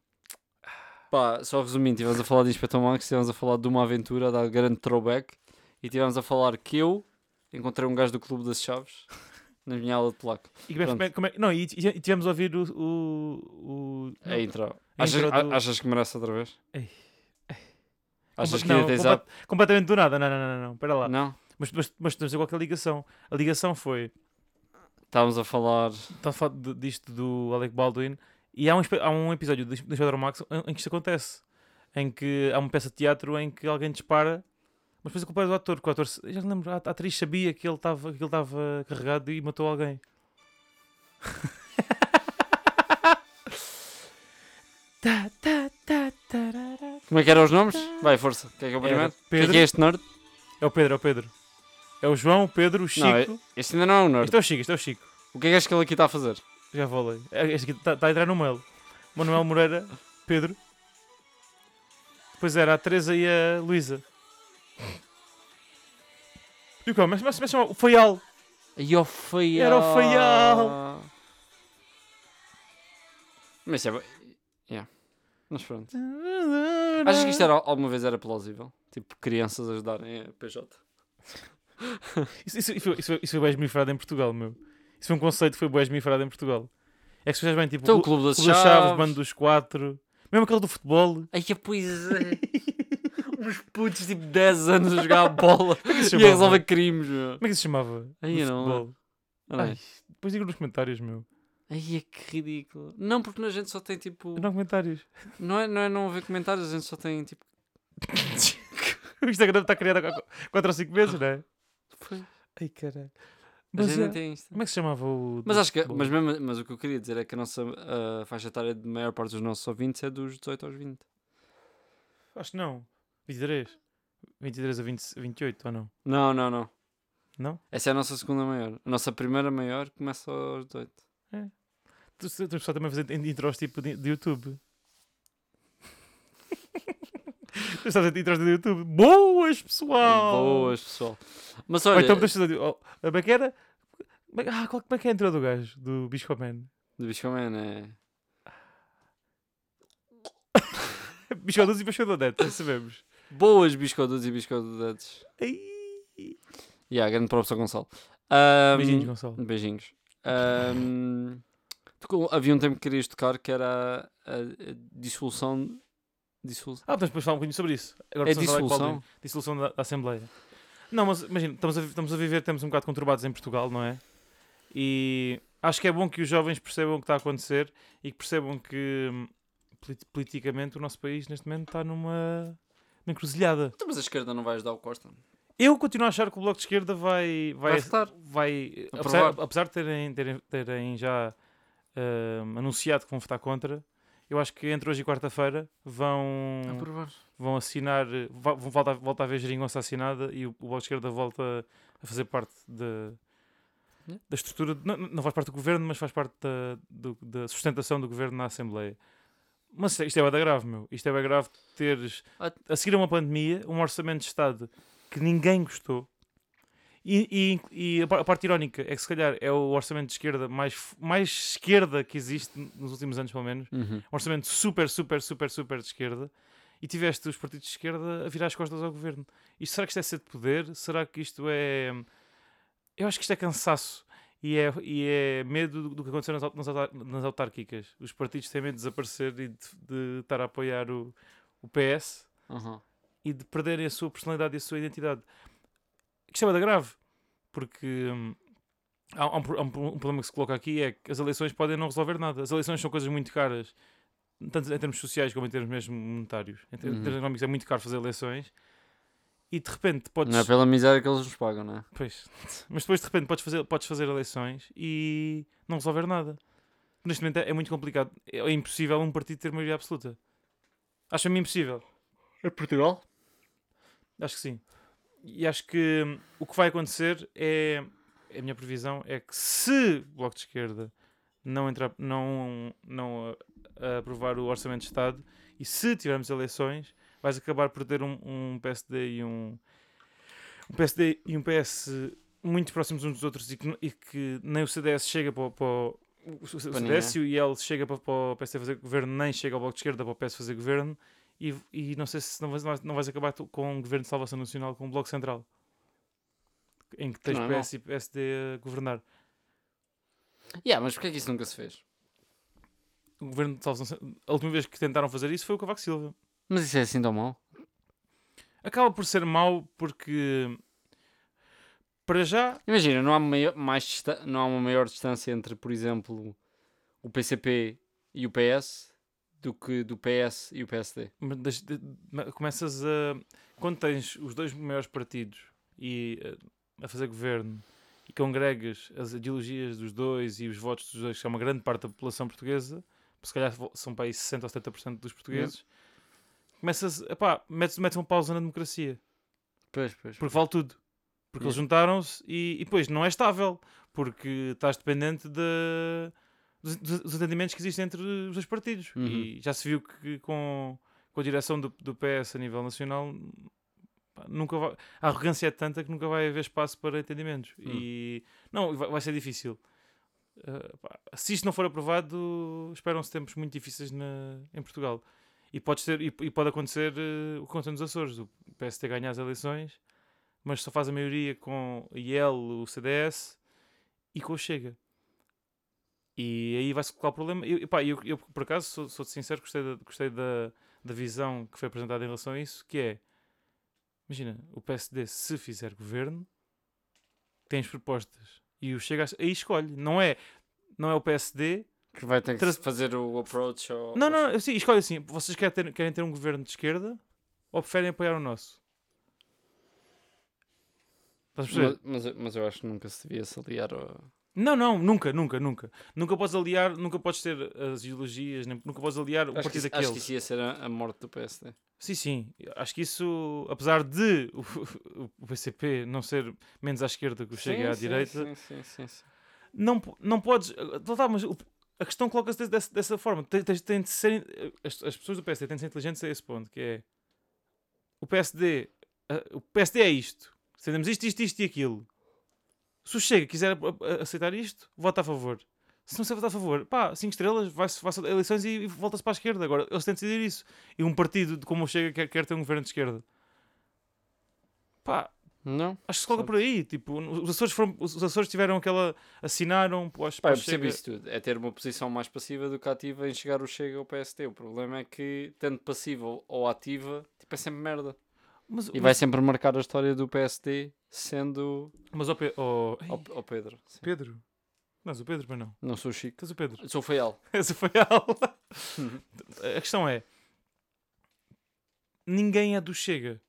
Speaker 1: Pá, só resumindo, estivemos a falar de Inspector Max, estivemos a falar de uma aventura, da grande throwback, e estivemos a falar que eu encontrei um gajo do Clube das Chaves na minha aula de placa.
Speaker 2: E como é-
Speaker 1: Pronto.
Speaker 2: como é- como é- não, e, e- e tivemos a ouvir o. o, o
Speaker 1: É a intro.
Speaker 2: A
Speaker 1: Achas,
Speaker 2: intro
Speaker 1: a-
Speaker 2: do-
Speaker 1: achas que merece outra vez?
Speaker 2: Ei,
Speaker 1: Achas
Speaker 2: Compa-
Speaker 1: que
Speaker 2: não,
Speaker 1: ainda tens
Speaker 2: compa-
Speaker 1: up?
Speaker 2: completamente do nada, não, não, não, não, não, para lá.
Speaker 1: Não?
Speaker 2: Mas, mas, mas temos igual que a ligação. A ligação foi.
Speaker 1: Estávamos a falar.
Speaker 2: Estás a falar de- disto do Alec Baldwin e há um, espe- há um episódio do do Shadow Max em- em que isto acontece. Em que há uma peça de teatro em que alguém dispara, mas depois a culpa é do ator, que o ator se- eu já não lembro, a a atriz sabia que ele estava que ele estava carregado e matou alguém. Tá, tá, tá, tarará.
Speaker 1: Como é que eram os nomes? Vai, força. Quem é que é o
Speaker 2: Era
Speaker 1: primeiro? Quem é
Speaker 2: Pedro.
Speaker 1: que é este nerd?
Speaker 2: É o Pedro, é o Pedro. É o João, o Pedro, o Chico.
Speaker 1: é- Este ainda não é um nerd.
Speaker 2: Este é o Chico, este é o Chico.
Speaker 1: O que é que és que ele aqui está a fazer?
Speaker 2: Já É, falei. Este aqui está tá, a entrar no mail. Manuel Moreira, Pedro. Depois era a Teresa e a Luísa. E o que? Mas, mas, mas chama- o Faial.
Speaker 1: E o feial.
Speaker 2: Era o feial.
Speaker 1: Mas é. bem- Yeah. Mas pronto. Achas que isto é- era, alguma vez era plausível? Tipo, crianças ajudarem a PJ.
Speaker 2: Isso, isso, isso, foi- isso, foi- isso foi bem esmifrado em Portugal, meu. Isso foi um conceito que foi bem esmifrado em Portugal. É que se fizes bem, tipo,
Speaker 1: Então o
Speaker 2: o Clube
Speaker 1: Clube das
Speaker 2: das Chaves,
Speaker 1: Chaves.
Speaker 2: o Bando dos Quatro. Mesmo aquele do futebol.
Speaker 1: Ai, que pois é. Uns putos tipo 10 anos a jogar a bola
Speaker 2: Como é
Speaker 1: e
Speaker 2: que isso
Speaker 1: a
Speaker 2: se
Speaker 1: resolver
Speaker 2: chamava?
Speaker 1: crimes, meu.
Speaker 2: Como é que isso se chamava?
Speaker 1: Ai,
Speaker 2: Do
Speaker 1: eu não
Speaker 2: futebol.
Speaker 1: Ai,
Speaker 2: Ai, depois digo nos comentários, meu.
Speaker 1: ai, é que ridículo. Não, porque a gente só tem tipo.
Speaker 2: Não há comentários.
Speaker 1: Não é não, é não haver comentários, a gente só tem tipo.
Speaker 2: O Instagram está criado há 4 ou 5 meses, não é?
Speaker 1: Foi.
Speaker 2: Ai, caralho.
Speaker 1: A
Speaker 2: Mas,
Speaker 1: gente
Speaker 2: é,
Speaker 1: não tem isto.
Speaker 2: Como é que se chamava o.
Speaker 1: Mas
Speaker 2: do
Speaker 1: acho que. é-
Speaker 2: futebol?
Speaker 1: Mas, mesmo, mas o que eu queria dizer é que a nossa ah, faixa etária de maior parte dos nossos ouvintes é dos 18 aos 20.
Speaker 2: Acho que não. 23. 23 a 20, 28, ou não?
Speaker 1: Não, não, não.
Speaker 2: Não?
Speaker 1: Essa é a nossa segunda maior. A nossa primeira maior começa aos 18.
Speaker 2: Tu- tu- Temos só também a fazer in- intros tipo de, de YouTube. Temos só a fazer intros de YouTube. Boas, pessoal!
Speaker 1: Boas, pessoal. Mas
Speaker 2: Ou
Speaker 1: olha.
Speaker 2: então deixa eu. Oh, como é que era? Como é que- Ah, qual, como é que é a intro do gajo? Do Bisco Man?
Speaker 1: Do Biscoman é.
Speaker 2: Bisco 12 e Bisco do Neto, já sabemos.
Speaker 1: Boas, biscoitos e biscoitos.
Speaker 2: Ai.
Speaker 1: E yeah, grande props ao Gonçalo. Ahm,
Speaker 2: Beijinhos, Gonçalo.
Speaker 1: Beijinhos. Ahm, tocou- havia um tempo que querias tocar que era a, a- a dissolução. dissolução.
Speaker 2: Ah, podemos depois falar um bocadinho sobre isso. Agora
Speaker 1: É
Speaker 2: precisamos falar de
Speaker 1: dissolução?
Speaker 2: Baldwin. Dissolução da, da Assembleia. Não, mas imagina, estamos a, vi- estamos a viver tempos um bocado conturbados em Portugal, não é? E acho que é bom que os jovens percebam o que está a acontecer e que percebam que hum, polit- politicamente o nosso país neste momento está numa, numa encruzilhada.
Speaker 1: Então, Mas a esquerda não vai ajudar o Costa.
Speaker 2: Eu continuo a achar que o Bloco de Esquerda vai...
Speaker 1: Vai
Speaker 2: Vai,
Speaker 1: votar.
Speaker 2: vai- apesar,
Speaker 1: Aprovar.
Speaker 2: apesar de terem, terem, terem já hum, anunciado que vão votar contra, eu acho que entre hoje e quarta-feira vão
Speaker 1: Aprovar.
Speaker 2: vão assinar, eh, va- vão voltar, voltar a ver geringonça assinada e o, o Bloco de Esquerda volta a fazer parte da,
Speaker 1: Yeah.
Speaker 2: da estrutura, de- não, não faz parte do governo, mas faz parte da, do- da sustentação do governo na Assembleia. Mas isto é- isto é bem grave, meu. Isto é bem grave teres,
Speaker 1: Ah.
Speaker 2: a seguir a uma pandemia, um orçamento de Estado que ninguém gostou. E, e- e a par- a parte irónica é que, se calhar, é o orçamento de esquerda mais, f- mais esquerda que existe nos últimos anos, pelo menos
Speaker 1: Uhum.
Speaker 2: um orçamento super, super, super, super de esquerda e tiveste os partidos de esquerda a virar as costas ao governo. Isto, será que isto é sede de poder? Será que isto é. Eu acho que isto é cansaço e é, e é medo do- do que aconteceu nas, au- nas, autar- nas autárquicas. Os partidos têm medo de desaparecer e de, de estar a apoiar o, o PS
Speaker 1: Aham.
Speaker 2: e de perderem a sua personalidade e a sua identidade. Isto é bem grave, porque hum, há, há um, pro- há um pro- um problema que se coloca aqui é que as eleições podem não resolver nada. As eleições são coisas muito caras, tanto em termos sociais como em termos mesmo monetários. Em ter- em
Speaker 1: Uhum.
Speaker 2: termos económicos é muito caro fazer eleições e de repente podes...
Speaker 1: Não é pela miséria que eles nos pagam, não é?
Speaker 2: Pois. Mas depois de repente podes fazer, podes fazer eleições e não resolver nada. Neste momento é, é muito complicado. É, é impossível um partido ter maioria absoluta. Acho-me impossível.
Speaker 1: É Portugal?
Speaker 2: Acho que sim. E acho que hum, o que vai acontecer é. A minha previsão é que se o Bloco de Esquerda não, entrar, não, não a- a aprovar o Orçamento de Estado e se tivermos eleições, vais acabar por ter um, um PSD e um. Um PSD e um PS muito próximos uns dos outros e que, n- e que nem o CDS chega para, o- para o. O CDS e o IL chega para, para o PSD fazer governo, nem chega ao Bloco de Esquerda para o PS fazer governo e, e não sei se não vais, não vais acabar tu- com um governo de salvação nacional com um bloco central em que tens
Speaker 1: Não é mau.
Speaker 2: PS e PSD a governar.
Speaker 1: Yeah, mas porquê é que isso nunca se fez?
Speaker 2: O governo de salvação, a última vez que tentaram fazer isso foi o Cavaco Silva.
Speaker 1: Mas isso é assim tão mal?
Speaker 2: Acaba por ser mau porque para já,
Speaker 1: Imagina, não há, maio- mais dista- não há uma maior distância entre, por exemplo, o PCP e o PS do que do PS e o PSD.
Speaker 2: mas das- de- ma- começas a. Quando tens os dois maiores partidos e eh, a fazer governo e congregas as ideologias dos dois e os votos dos dois, que é uma grande parte da população portuguesa, se calhar vo- são para aí 60% ou 70% dos portugueses, começas. Epá, metes, metes uma pausa na democracia.
Speaker 1: Pois, pois.
Speaker 2: Porque vale tudo. Porque eles
Speaker 1: Yeah.
Speaker 2: juntaram-se e, e depois não é estável. Porque estás dependente de- dos, dos- dos entendimentos que existem entre os dois partidos.
Speaker 1: Uhum.
Speaker 2: E já se viu que com, com a direção do, do PS a nível nacional pá, nunca vai- a arrogância é tanta que nunca vai haver espaço para entendimentos.
Speaker 1: Hum.
Speaker 2: E não, vai, vai ser difícil. Uh, pá, se isto não for aprovado, esperam-se tempos muito difíceis na- em Portugal. E pode, ser, e, e pode acontecer uh, o que aconteceu nos Açores: o PST ganha as eleições, mas só faz a maioria com a IEL, o CDS e com o Chega. E aí vai-se colocar o problema. Eu, pá, eu, eu, por acaso, sou, sou sincero, gostei, da, gostei da, da visão que foi apresentada em relação a isso, que é, imagina, o PSD, se fizer governo, tem as propostas. E o Chega, aí escolhe. Não é, não é o PSD,
Speaker 1: Que vai ter que
Speaker 2: Trans-
Speaker 1: se fazer o approach ao...
Speaker 2: não, não, não, sim, escolhe assim. Vocês querem ter, querem ter um governo de esquerda ou preferem apoiar o nosso? Estás a perceber?
Speaker 1: Mas, mas, mas eu acho que nunca se devia se aliar ao...
Speaker 2: Não, não, nunca, nunca, nunca. Nunca podes aliar, nunca podes ter as ideologias, nem- nunca podes aliar o
Speaker 1: Acho que,
Speaker 2: partido
Speaker 1: isso- acho
Speaker 2: daquele.
Speaker 1: que isso ia ser a, a morte do PSD.
Speaker 2: Sim, sim. Acho que isso, apesar de o, o PCP não ser menos à esquerda que o Chega é à
Speaker 1: Sim, sim,
Speaker 2: direita,
Speaker 1: Sim, sim, sim, sim.
Speaker 2: não, po- não podes. Tá, tá, mas o- a questão coloca-se des- dessa, dessa forma. Tem, tem- tem de ser, eh, as, as pessoas do PSD têm de ser inteligentes a esse ponto, que é o PSD, ah, o PSD é isto. Sendemos isto, isto, isto e aquilo. Se o Chega quiser a- a- aceitar isto, vota a favor. Se não se votar a favor, pá, 5 estrelas, vai-se vai eleições e, e volta-se para a esquerda. Agora, eles têm de decidir isso. E um partido de como o Chega quer, quer ter um governo de esquerda. Pá,
Speaker 1: Não?
Speaker 2: Acho que se coloca
Speaker 1: Sabe?
Speaker 2: por aí. Tipo, os Açores, foram, os Açores tiveram aquela. Assinaram. pô, Acho,
Speaker 1: Pá, eu
Speaker 2: acho que
Speaker 1: percebo
Speaker 2: chega-
Speaker 1: isso tudo. É ter uma posição mais passiva do que ativa em chegar o chega ao PST. O problema é que, tanto passiva ou- ou ativa, tipo, é sempre merda.
Speaker 2: Mas,
Speaker 1: E
Speaker 2: mas-
Speaker 1: vai sempre marcar a história do PST sendo
Speaker 2: mas ó, Pe- ó- Ei,
Speaker 1: ao, ao Pedro. Sim.
Speaker 2: Pedro. Não, és o Pedro, mas não.
Speaker 1: Não sou chique.
Speaker 2: Tens o Pedro.
Speaker 1: Sou feial.
Speaker 2: Essa foi a aula.
Speaker 1: Uhum.
Speaker 2: a questão é. Ninguém é do Chega.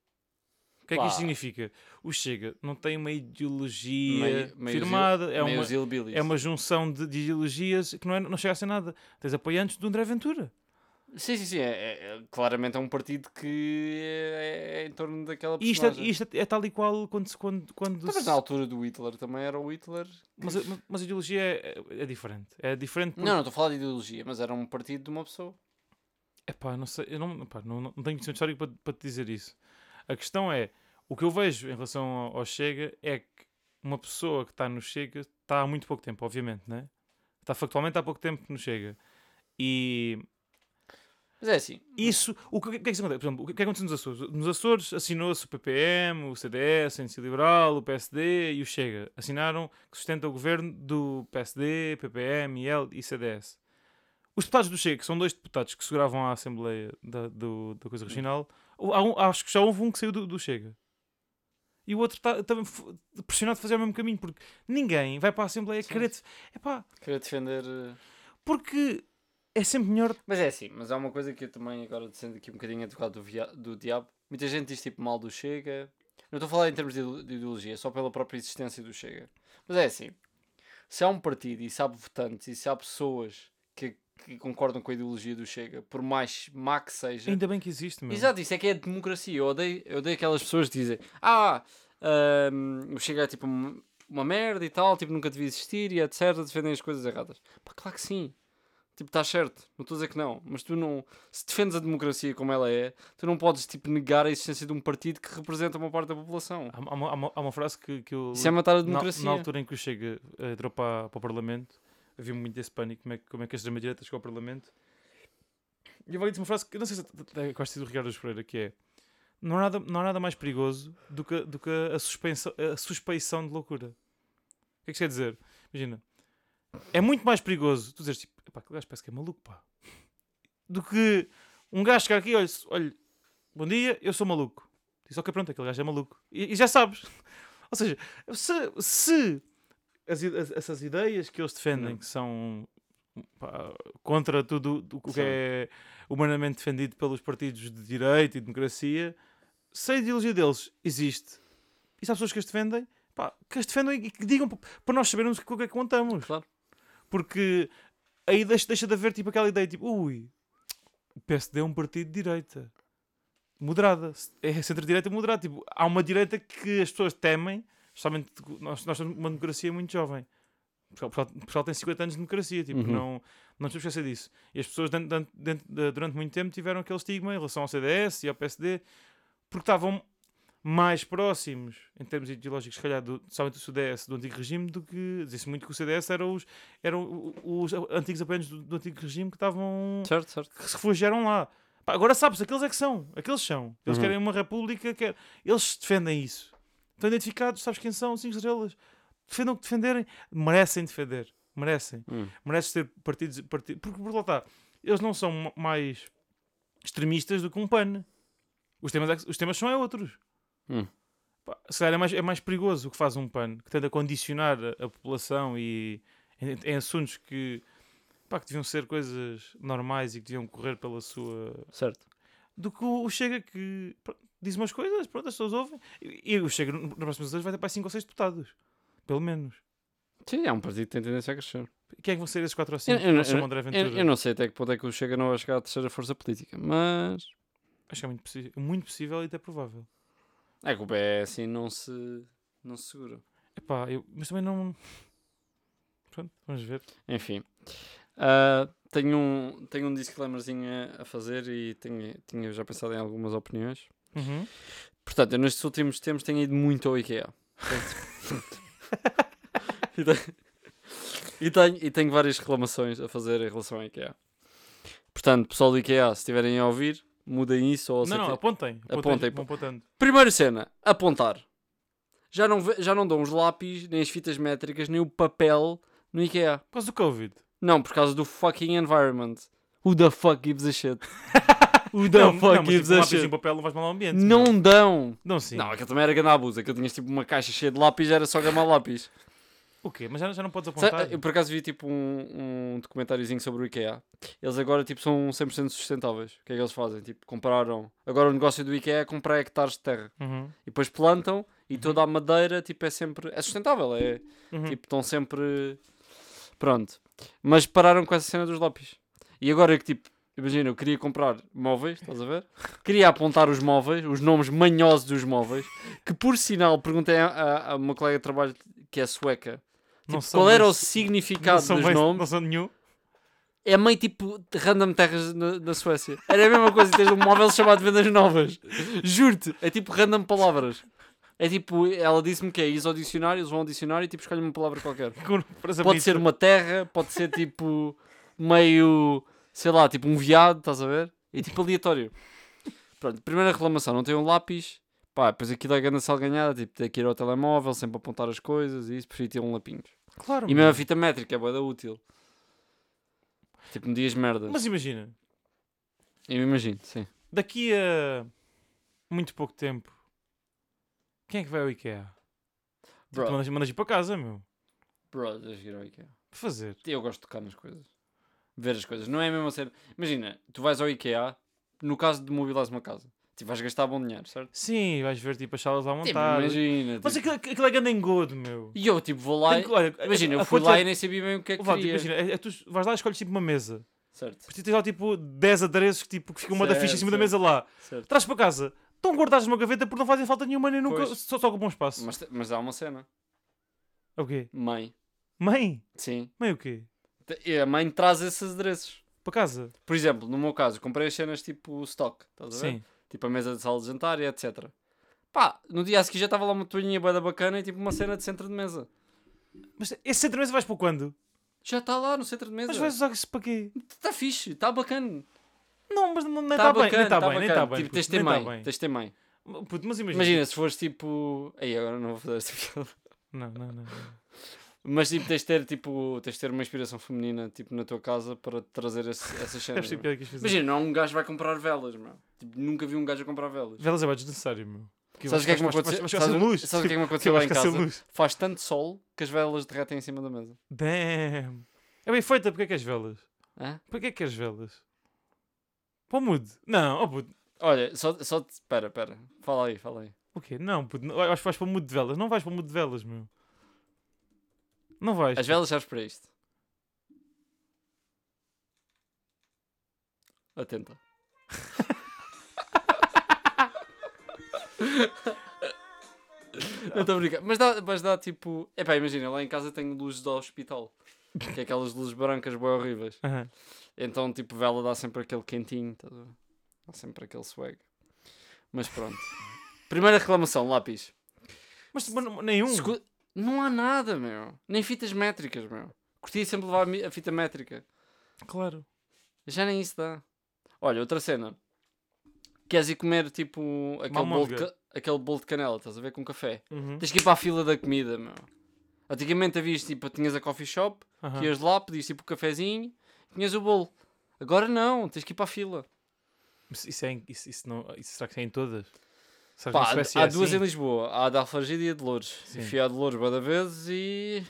Speaker 2: O que é que
Speaker 1: Pá.
Speaker 2: isto significa? O Chega não tem uma ideologia
Speaker 1: Meio- meio
Speaker 2: firmada. eh, É uma,
Speaker 1: Meio zilbilis.
Speaker 2: é uma junção de, de ideologias que não, é, não chega a ser nada. Tens apoiantes do André Ventura.
Speaker 1: Sim, sim, sim. É, é- é- claramente é um partido que é, é em torno daquela
Speaker 2: E isto, é,
Speaker 1: personagem.
Speaker 2: isto é tal e qual quando. se- quando, quando
Speaker 1: Talvez
Speaker 2: se-
Speaker 1: Então, na altura do Hitler também era o Hitler.
Speaker 2: Mas, a- ma- mas a ideologia é, é diferente. É diferente porque.
Speaker 1: Não, não estou a falar de ideologia, mas era um partido de uma pessoa.
Speaker 2: Epá, não sei. Eu não, epá, não, não tenho conhecimento histórico para, para te dizer isso. A questão é: o que eu vejo em relação ao, ao Chega é que uma pessoa que está no Chega está há muito pouco tempo, obviamente, né? Está factualmente há pouco tempo no Chega. E
Speaker 1: Mas é assim.
Speaker 2: isso. O que, o que é que se acontece? Por exemplo, o que é que aconteceu nos Açores? Nos Açores assinou-se o PPM, o CDS, a Iniciativa Liberal, o PSD e o Chega. Assinaram que sustenta o governo do PSD, PPM, IL e CDS. Os deputados do Chega, que são dois deputados que seguravam a Assembleia da, do- da Coisa Regional, há um- acho que já houve um que saiu do, do Chega. E o outro está também f- pressionado a fazer o mesmo caminho, porque ninguém vai para a Assembleia
Speaker 1: Sim.
Speaker 2: querer. Epá,
Speaker 1: Queria defender. eh,
Speaker 2: porque é sempre melhor.
Speaker 1: Mas é assim, mas há uma coisa que eu também, agora sendo aqui um bocadinho advogado do, via- do diabo, muita gente diz tipo mal do Chega. Não estou a falar em termos de, ide- de ideologia, só pela própria existência do Chega. Mas é assim, se há um partido e se há votantes e se há pessoas que, que concordam com a ideologia do Chega, por mais má que seja.
Speaker 2: Ainda bem que existe, meu.
Speaker 1: Exato, isso é que é a democracia. Eu odeio, eu odeio aquelas pessoas que dizem ah, ahm, o Chega é tipo um- uma merda e tal, tipo nunca devia existir e etc. Defendem as coisas erradas. Pá, claro que sim. Tipo, estás certo, não estou a dizer que não, mas tu não, se defendes a democracia como ela é, tu não podes tipo negar a existência de um partido que representa uma parte da população.
Speaker 2: Há, há uma, há uma- há uma frase que, que eu.
Speaker 1: Isso é matar a
Speaker 2: na,
Speaker 1: democracia.
Speaker 2: na altura em que o Chega eh, entrou para, para o Parlamento, havia muito esse pânico, como é, que- como é que a extrema-direita chegou ao Parlamento. E eu disse uma frase que eu não sei se é quase do Ricardo Pereira, que é não há nada, não há nada mais perigoso do que, do que a, suspeição, a suspeição de loucura. O que é que isso quer dizer? Imagina, é muito mais perigoso tu dizeres tipo, pá, aquele gajo parece que é maluco, pá, do que um gajo chegar aqui e olha, olha, bom dia, eu sou maluco. Diz, ok, pronto, aquele gajo é maluco. E, e já sabes. Ou seja, se, se as i- as- essas ideias que eles defendem,
Speaker 1: Hum.
Speaker 2: que são pá, contra tudo o que
Speaker 1: Sim.
Speaker 2: é humanamente defendido pelos partidos de direita e democracia, se a ideologia deles existe e se há pessoas que as defendem, pá, que as defendam e que digam p- para nós sabermos o que é que contamos.
Speaker 1: Claro.
Speaker 2: Porque aí deixa, deixa de haver tipo aquela ideia tipo, ui, o PSD é um partido de direita. Moderada. É centro-direita moderada. Tipo, há uma direita que as pessoas temem, especialmente nós, nós temos uma democracia muito jovem. Portugal, Portugal- Portugal tem 50 anos de democracia, tipo,
Speaker 1: Uhum.
Speaker 2: não, não nos podemos esquecer disso. E as pessoas dan- dan- dent- da- durante muito tempo tiveram aquele estigma em relação ao CDS e ao PSD, porque estavam mais próximos, em termos ideológicos, se calhar, do, somente do CDS, do antigo regime, do que. Dizia-se muito que o CDS eram os, eram o- o- os antigos apoiantes do, do antigo regime que estavam.
Speaker 1: Certo, certo.
Speaker 2: que se refugiaram lá. Pá, agora sabes, aqueles é que são, aqueles são. Eles
Speaker 1: Uhum.
Speaker 2: querem uma república, quer... eles defendem isso. Estão identificados, sabes quem são, cinco estrelas. Defendam o que defenderem, merecem defender, merecem
Speaker 1: Hum.
Speaker 2: merece ter partidos. parti- porque, por lá está, eles não são ma- mais extremistas do que um PAN. Os temas, é que- os temas são é outros.
Speaker 1: Hum.
Speaker 2: Pá, se calhar é mais, é mais perigoso o que faz um PAN, que tende a condicionar a, a população e em, em assuntos que, pá, que deviam ser coisas normais e que deviam correr pela sua.
Speaker 1: Certo.
Speaker 2: do que o Chega que pr- diz umas coisas, pronto, as pessoas ouvem. E, e o Chega, no- nas próximas eleições, vai ter para 5 ou 6 deputados. Pelo menos.
Speaker 1: Sim, é um partido que tem tendência a crescer.
Speaker 2: Quem é que vão ser esses 4 ou 5?
Speaker 1: eu, não- eu,
Speaker 2: chamo
Speaker 1: não-
Speaker 2: André
Speaker 1: eu-
Speaker 2: Ventura.
Speaker 1: eu não sei até que ponto é que o Chega não vai chegar à terceira força política, mas
Speaker 2: Acho que é muito, possi- muito possível e até provável.
Speaker 1: é que o PS assim não se, não se segura.
Speaker 2: Epá, eu, mas também não. Pronto, vamos ver.
Speaker 1: Enfim, Ah, tenho, um, tenho um disclaimerzinho a- a fazer e tenho, tinha já pensado em algumas opiniões.
Speaker 2: Uhum.
Speaker 1: Portanto, eu nestes últimos tempos tenho ido muito ao IKEA. Portanto- e, tenho, e, tenho, e tenho várias reclamações a fazer em relação ao IKEA. Portanto, pessoal do IKEA, se estiverem a ouvir, mudem isso ou
Speaker 2: Não, não,
Speaker 1: aceitem-
Speaker 2: apontem.
Speaker 1: Apontem,
Speaker 2: vão apontando.
Speaker 1: Primeira cena, apontar. Já não, ve- já não dão os lápis, nem as fitas métricas, nem o papel no IKEA.
Speaker 2: Por causa do Covid.
Speaker 1: Não, por causa do fucking environment. Who the fuck gives a shit? Who the
Speaker 2: não,
Speaker 1: fuck
Speaker 2: não, mas,
Speaker 1: gives
Speaker 2: tipo, um
Speaker 1: a
Speaker 2: lápis e um
Speaker 1: shit?
Speaker 2: papel não vais mal ao ambiente. meu.
Speaker 1: Não dão.
Speaker 2: Não, sim.
Speaker 1: Não, aquilo também era grande abuso. Aquilo tinhas tipo uma caixa cheia de lápis, era só gama lápis.
Speaker 2: O quê? Mas já, já não podes
Speaker 1: Sa-
Speaker 2: apontar?
Speaker 1: Eu por acaso vi tipo um, um documentáriozinho sobre o IKEA. Eles agora tipo são 100% sustentáveis. O que é que eles fazem? Tipo, compraram. Agora o negócio do IKEA é comprar hectares de terra.
Speaker 2: Uhum.
Speaker 1: E depois plantam e toda a madeira tipo é sempre. É sustentável. É
Speaker 2: Uhum.
Speaker 1: tipo, estão sempre. Pronto. Mas pararam com essa cena dos lápis. E agora que tipo. Imagina, eu queria comprar móveis, estás a ver? Queria apontar os móveis, os nomes manhosos dos móveis, que por sinal perguntei a, a- a uma colega de trabalho que é sueca
Speaker 2: não
Speaker 1: tipo, qual era o
Speaker 2: não
Speaker 1: significado
Speaker 2: são
Speaker 1: dos
Speaker 2: bem-
Speaker 1: nomes?
Speaker 2: Não são nenhum.
Speaker 1: É meio tipo de random terras na, na Suécia. Era a mesma coisa teres um móvel chamado Vendas Novas. Juro-te, é tipo random palavras. É tipo, ela disse-me que é isso ao dicionário, eles vão ao dicionário e tipo escolhem uma palavra qualquer. Pode ser uma terra, pode ser tipo meio, sei lá, tipo um viado, estás a ver? E tipo aleatório. Pronto, primeira reclamação, não tem um lápis. Pá, depois aquilo é grande salganhada, tipo, ter que ir ao telemóvel, sempre apontar as coisas e isso, prefiro ter um lapinho.
Speaker 2: Claro.
Speaker 1: E
Speaker 2: meu.
Speaker 1: mesmo a fita métrica é boeda útil. Tipo, me dias merda.
Speaker 2: Mas imagina,
Speaker 1: Eu imagino, sim.
Speaker 2: daqui a muito pouco tempo, quem é que vai ao IKEA?
Speaker 1: Bro.
Speaker 2: Tu mandas, mandas ir para casa, meu.
Speaker 1: Bro, deixa eu ir ao IKEA.
Speaker 2: Para fazer.
Speaker 1: Eu gosto de tocar nas coisas. Ver as coisas. Não é a mesma cena. Imagina, tu vais ao IKEA, no caso de mobilares uma casa. Tipo, vais gastar bom dinheiro, certo?
Speaker 2: Sim, vais ver tipo as salas lá
Speaker 1: Tipo,
Speaker 2: montadas.
Speaker 1: imagina.
Speaker 2: Mas
Speaker 1: tipo-
Speaker 2: aquilo, aquilo é grande engodo, meu.
Speaker 1: E eu, tipo, vou lá e...
Speaker 2: Tenho que- olha,
Speaker 1: Imagina,
Speaker 2: a-
Speaker 1: eu
Speaker 2: a
Speaker 1: fui lá e
Speaker 2: quantidade-
Speaker 1: nem sabia bem o que é que
Speaker 2: Valdo,
Speaker 1: queria.
Speaker 2: imagina, é, é, tu vais lá e escolhes tipo uma mesa.
Speaker 1: Certo,
Speaker 2: Porque tens lá tipo 10 adereços que, tipo, que ficam uma da
Speaker 1: Certo,
Speaker 2: ficha em cima da
Speaker 1: certo.
Speaker 2: mesa lá.
Speaker 1: certo.
Speaker 2: Traz para casa. Estão guardados numa gaveta porque não fazem falta nenhuma nem nunca.
Speaker 1: Pois.
Speaker 2: Só, só ocupam um espaço.
Speaker 1: Mas, mas há uma cena.
Speaker 2: É O quê?
Speaker 1: Mãe.
Speaker 2: Mãe?
Speaker 1: Sim.
Speaker 2: Mãe o quê?
Speaker 1: E a mãe traz esses adereços.
Speaker 2: Para casa?
Speaker 1: Por exemplo, no meu caso, comprei as cenas tipo stock. Estás a ver?
Speaker 2: Sim.
Speaker 1: tipo a mesa de sala de jantar e etc. Pá, no dia a seguir já estava lá uma toalhinha bada bacana e tipo uma cena de centro de mesa.
Speaker 2: Mas esse centro de mesa vais para quando?
Speaker 1: Já está lá no centro de mesa.
Speaker 2: Mas
Speaker 1: Está
Speaker 2: vais usar isso para quê?
Speaker 1: fixe, está bacana.
Speaker 2: Não, mas não- nem
Speaker 1: Está bacana,
Speaker 2: está bem, nem
Speaker 1: está
Speaker 2: está
Speaker 1: tá
Speaker 2: bem, nem está
Speaker 1: bacana.
Speaker 2: bem.
Speaker 1: Tipo, tens de
Speaker 2: puto,
Speaker 1: ter
Speaker 2: nem tá
Speaker 1: mãe,
Speaker 2: bem. é.
Speaker 1: tens de ter mãe.
Speaker 2: Puto, mas imagina.
Speaker 1: Imagina se fores tipo... Aí agora não vou fazer esta piada.
Speaker 2: Não, não, não. não.
Speaker 1: Mas tipo, tens de ter tipo... Tens de ter uma inspiração feminina tipo na tua casa para te trazer esse, essas cenas.
Speaker 2: Deve
Speaker 1: é?
Speaker 2: ser
Speaker 1: meu.
Speaker 2: piada que é quis fazer.
Speaker 1: Imagina, não um gajo vai comprar velas, meu. Tipo, nunca vi um gajo a comprar velas.
Speaker 2: Velas é bem desnecessário, meu.
Speaker 1: Sabes o que é que me aconteceu?
Speaker 2: Mas sem luz.
Speaker 1: Sabes o que é que me
Speaker 2: Que
Speaker 1: aconteceu
Speaker 2: eu
Speaker 1: lá
Speaker 2: acho
Speaker 1: em
Speaker 2: que vai ser
Speaker 1: casa?
Speaker 2: luz.
Speaker 1: Faz tanto sol que as velas derretem em cima da mesa.
Speaker 2: Tipo, Damn. É bem feita, porque é que és velas?
Speaker 1: Hã?
Speaker 2: Para que é que queres velas? Para o mood? Não, oh puto.
Speaker 1: Olha, só, só te... Pera, pera. Fala aí, fala aí.
Speaker 2: O quê? Não, puto. não- Acho que vais para o mood de velas. Não vais para o mood de velas, meu. Não vais.
Speaker 1: As
Speaker 2: puto.
Speaker 1: velas servem para isto. Atenta. Não estou a brincar. Mas dá, mas dá tipo. Epá, imagina, lá em casa tenho luzes do hospital. Que é aquelas luzes brancas bem horríveis.
Speaker 2: Aham.
Speaker 1: Então, tipo, vela dá sempre aquele quentinho, estás a ver? dá sempre aquele swag. Mas pronto. Primeira reclamação, lápis.
Speaker 2: Mas, mas não- nenhum.
Speaker 1: Escu- Não há nada, meu. Nem fitas métricas, meu. Curtia sempre levar a mi- a fita métrica.
Speaker 2: Claro.
Speaker 1: Já nem isso dá. Olha, outra cena. Queres ir comer, tipo, aquele bolo, de
Speaker 2: Mamãe.
Speaker 1: ca- aquele bolo de canela, estás a ver, com café?
Speaker 2: Uhum.
Speaker 1: Tens que ir para a fila da comida, meu. Antigamente havias, tipo, tinhas a coffee shop,
Speaker 2: Aham.
Speaker 1: que ias lá, pedias, tipo, o cafezinho, tinhas o bolo. Agora não, tens que ir para a fila.
Speaker 2: Mas Isso, é em- isso, isso não, isso será que é em todas? Será
Speaker 1: Pá,
Speaker 2: que na Suécia
Speaker 1: há
Speaker 2: é
Speaker 1: duas
Speaker 2: assim?
Speaker 1: em Lisboa. Há a da Alfargida e a de Louros.
Speaker 2: Sim.
Speaker 1: E fui à de Louros bué da vez e...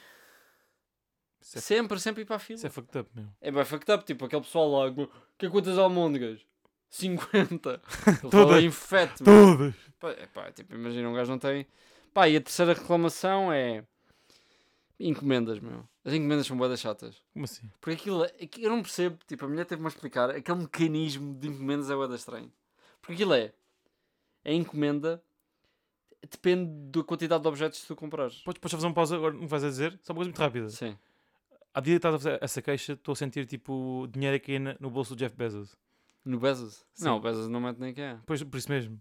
Speaker 2: Isso é-
Speaker 1: Sempre, sempre ir para a fila.
Speaker 2: Isso é fucked up, meu.
Speaker 1: É bem fucked up, tipo, aquele pessoal lá... "Gu- Que é quantas almôndegas? 50.
Speaker 2: Todas.
Speaker 1: Toda. infete, meu.
Speaker 2: Todas!
Speaker 1: Pá, é pá, tipo, imagina, um gajo não tem... Pá, e a terceira reclamação é... Encomendas, meu. As encomendas são boas chatas.
Speaker 2: Como assim?
Speaker 1: Porque aquilo... é- aqui- Eu não percebo, tipo, a mulher teve-me a explicar. Aquele mecanismo de encomendas é boa estranho. Porque aquilo é... A encomenda... Depende da quantidade de objetos que tu comprares.
Speaker 2: Podes, podes só fazer uma pausa agora, não vais a dizer? Só uma coisa muito rápida.
Speaker 1: Sim.
Speaker 2: À medida que estás a fazer essa queixa, estou a sentir tipo dinheiro aqui na- no bolso do Jeff Bezos.
Speaker 1: No Bezos?
Speaker 2: Sim.
Speaker 1: Não, o Bezos não mete nem quem é.
Speaker 2: Pois, por isso mesmo.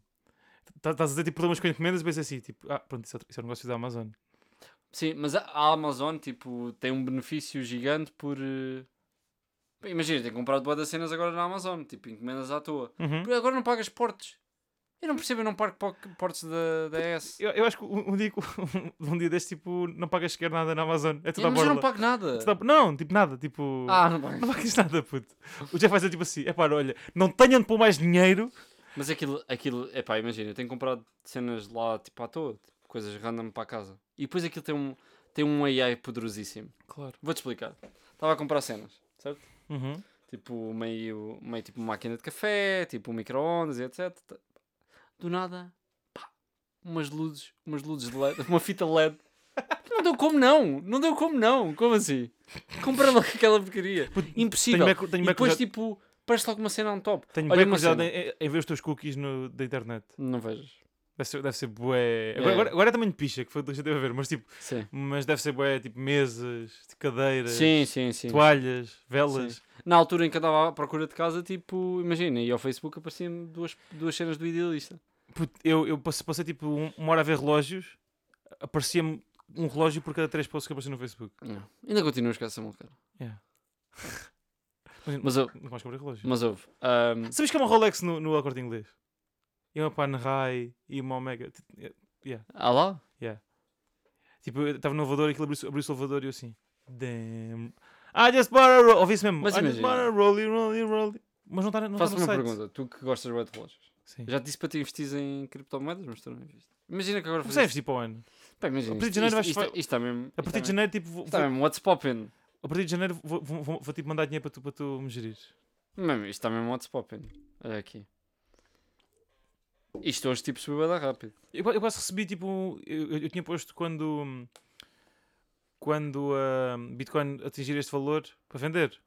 Speaker 2: Tá- Estás a dizer tipo problemas com encomendas e pensas assim, tipo, ah, pronto, isso é, isso é um negócio da Amazon.
Speaker 1: Sim, mas a, a Amazon, tipo, tem um benefício gigante por... eh, bem, Imagina, tem comprado boas das cenas agora na Amazon. Tipo, encomendas à toa.
Speaker 2: Uhum.
Speaker 1: Porque Agora não pagas portos. Eu não percebo, eu não pago po- portos da, da S.
Speaker 2: Eu, eu acho que um, um dia, que- um dia deste, tipo, não pagas sequer nada na Amazon. É tudo à
Speaker 1: mas eu não
Speaker 2: borda.
Speaker 1: pago nada.
Speaker 2: Tudo à- Não, tipo, nada. Tipo,
Speaker 1: Ah, não pago.
Speaker 2: não pagas nada, puto. O Jeff vai ser tipo assim, é pá, olha, não tenham de pôr mais dinheiro.
Speaker 1: Mas aquilo, aquilo, é pá, imagina, eu tenho comprado cenas lá, tipo, à toa. tipo, coisas random para casa. E depois aquilo tem um, tem um AI poderosíssimo.
Speaker 2: Claro.
Speaker 1: Vou-te explicar. Estava a comprar cenas, certo?
Speaker 2: Uhum.
Speaker 1: Tipo, meio, meio tipo máquina de café, tipo micro-ondas e etc. Do nada, pá, umas luzes, umas luzes de LED, uma fita LED. Não deu como não, não deu como não, como assim? Comprar logo aquela porcaria.
Speaker 2: Puto,
Speaker 1: Impossível.
Speaker 2: Tenho bem- tenho
Speaker 1: e
Speaker 2: bem
Speaker 1: depois,
Speaker 2: curiosidade-
Speaker 1: tipo, parece logo uma cena on top.
Speaker 2: Tenho
Speaker 1: Olha
Speaker 2: bem
Speaker 1: uma
Speaker 2: curiosidade
Speaker 1: cena.
Speaker 2: em, em- em ver os teus cookies no- da internet.
Speaker 1: Não vejas.
Speaker 2: Deve ser, deve ser bué.
Speaker 1: É.
Speaker 2: Agora, agora, agora é também de picha, que foi o que a gente teve a ver, mas tipo,
Speaker 1: Sim.
Speaker 2: mas deve ser bué, tipo, mesas, cadeiras,
Speaker 1: Sim, sim, sim.
Speaker 2: toalhas, velas.
Speaker 1: Na altura em que andava à procura de casa, tipo, imagina, e ao Facebook apareciam duas, duas cenas do Idealista.
Speaker 2: Puto, eu, eu passei, passei, tipo um- uma hora a ver relógios, aparecia-me um relógio por cada três posts que aparecia no Facebook.
Speaker 1: Não. Ainda continuas com essa mulher.
Speaker 2: Mas,
Speaker 1: Mas, hou-
Speaker 2: nunca mais comprei relógio.
Speaker 1: mas houve. ahm,
Speaker 2: Sabes que há uma Rolex no, no Acordo Inglês? E uma Panerai e uma Omega. Tipo, Ti-
Speaker 1: Ah lá?
Speaker 2: Tipo, eu estava no elevador e aquilo abriu, abriu o elevador e eu assim. Damn. I just bought a roll. Ouvi isso mesmo.
Speaker 1: Mas
Speaker 2: I just
Speaker 1: imagina.
Speaker 2: bought a rolly, rolly, rolly. Mas não está não tá
Speaker 1: Faço
Speaker 2: no
Speaker 1: uma
Speaker 2: site.
Speaker 1: pergunta, tu que gostas bué de relógios.
Speaker 2: Sim.
Speaker 1: Já te disse para te investir em criptomoedas, mas tu não investiste. Imagina que agora
Speaker 2: Comecei a
Speaker 1: fazes.
Speaker 2: investir para o tipo, ano.
Speaker 1: Pá, imagina.
Speaker 2: é A partir de
Speaker 1: isto-
Speaker 2: janeiro vais-
Speaker 1: isto, isto, isto está mesmo.
Speaker 2: A partir de janeiro, tipo, vou,
Speaker 1: Está
Speaker 2: vou-
Speaker 1: mesmo what's poppin'.
Speaker 2: a partir de janeiro vou, vou, vou- vou, tipo, mandar dinheiro para tu, para tu me gerir.
Speaker 1: Mano, isto está mesmo what's poppin'. Olha aqui. Isto hoje tipo subiu bué da rápido.
Speaker 2: Eu, eu quase recebi tipo. um- Eu, eu- eu tinha posto quando. hum, Quando a Bitcoin atingir este valor para vender.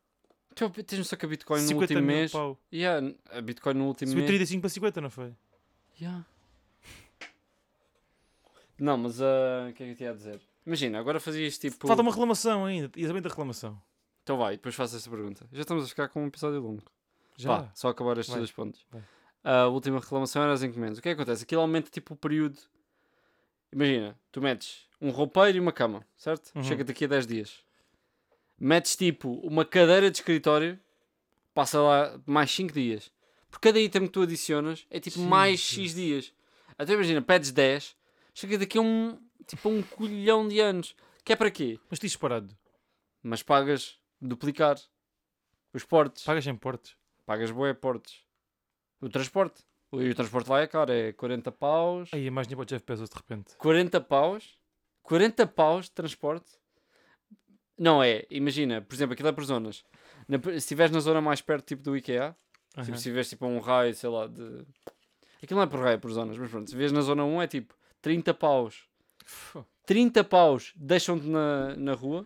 Speaker 1: Tu tens noção que a Bitcoin no
Speaker 2: 50
Speaker 1: último
Speaker 2: mil
Speaker 1: mês.
Speaker 2: pau.
Speaker 1: Yeah, a Bitcoin no último
Speaker 2: Subiu
Speaker 1: mês.
Speaker 2: 35 para 50, não foi?
Speaker 1: Yeah. Não, mas ah, o que é que eu te ia a dizer? Imagina, agora fazias tipo.
Speaker 2: Falta uma reclamação ainda. E também da reclamação.
Speaker 1: Então vai, depois faço esta pergunta. Já estamos a ficar com um episódio longo.
Speaker 2: Já.
Speaker 1: Pá, só acabar estes
Speaker 2: Vai.
Speaker 1: dois pontos.
Speaker 2: Vai.
Speaker 1: A última reclamação era as encomendas. O que é que acontece? Aquilo aumenta tipo o período. Imagina, tu metes um roupeiro e uma cama, certo?
Speaker 2: Uhum.
Speaker 1: Chega daqui a 10 dias. Metes tipo uma cadeira de escritório, passa lá mais 5 dias. Por cada item que tu adicionas é tipo mais X
Speaker 2: Jesus.
Speaker 1: dias. Até imagina, pedes 10, chega daqui a um tipo a um colhão de anos. Que é para quê?
Speaker 2: Mas tens parado.
Speaker 1: Mas pagas duplicar os portes.
Speaker 2: Pagas em portos.
Speaker 1: Pagas boé portes. O transporte. E o transporte lá é caro, é 40 paus.
Speaker 2: Aí a mais dinheiro para o Jeff Bezos de repente.
Speaker 1: 40 paus? 40 paus de transporte? Não é, imagina, por exemplo, aquilo é por zonas. Na- se estiveres na zona mais perto, tipo do IKEA, tipo, se estiveres tipo a um raio, sei lá, de. Aquilo não é por raio, é por zonas, mas pronto, se vês na zona 1 é tipo 30 paus.
Speaker 2: Aham.
Speaker 1: 30 paus deixam-te na, na rua,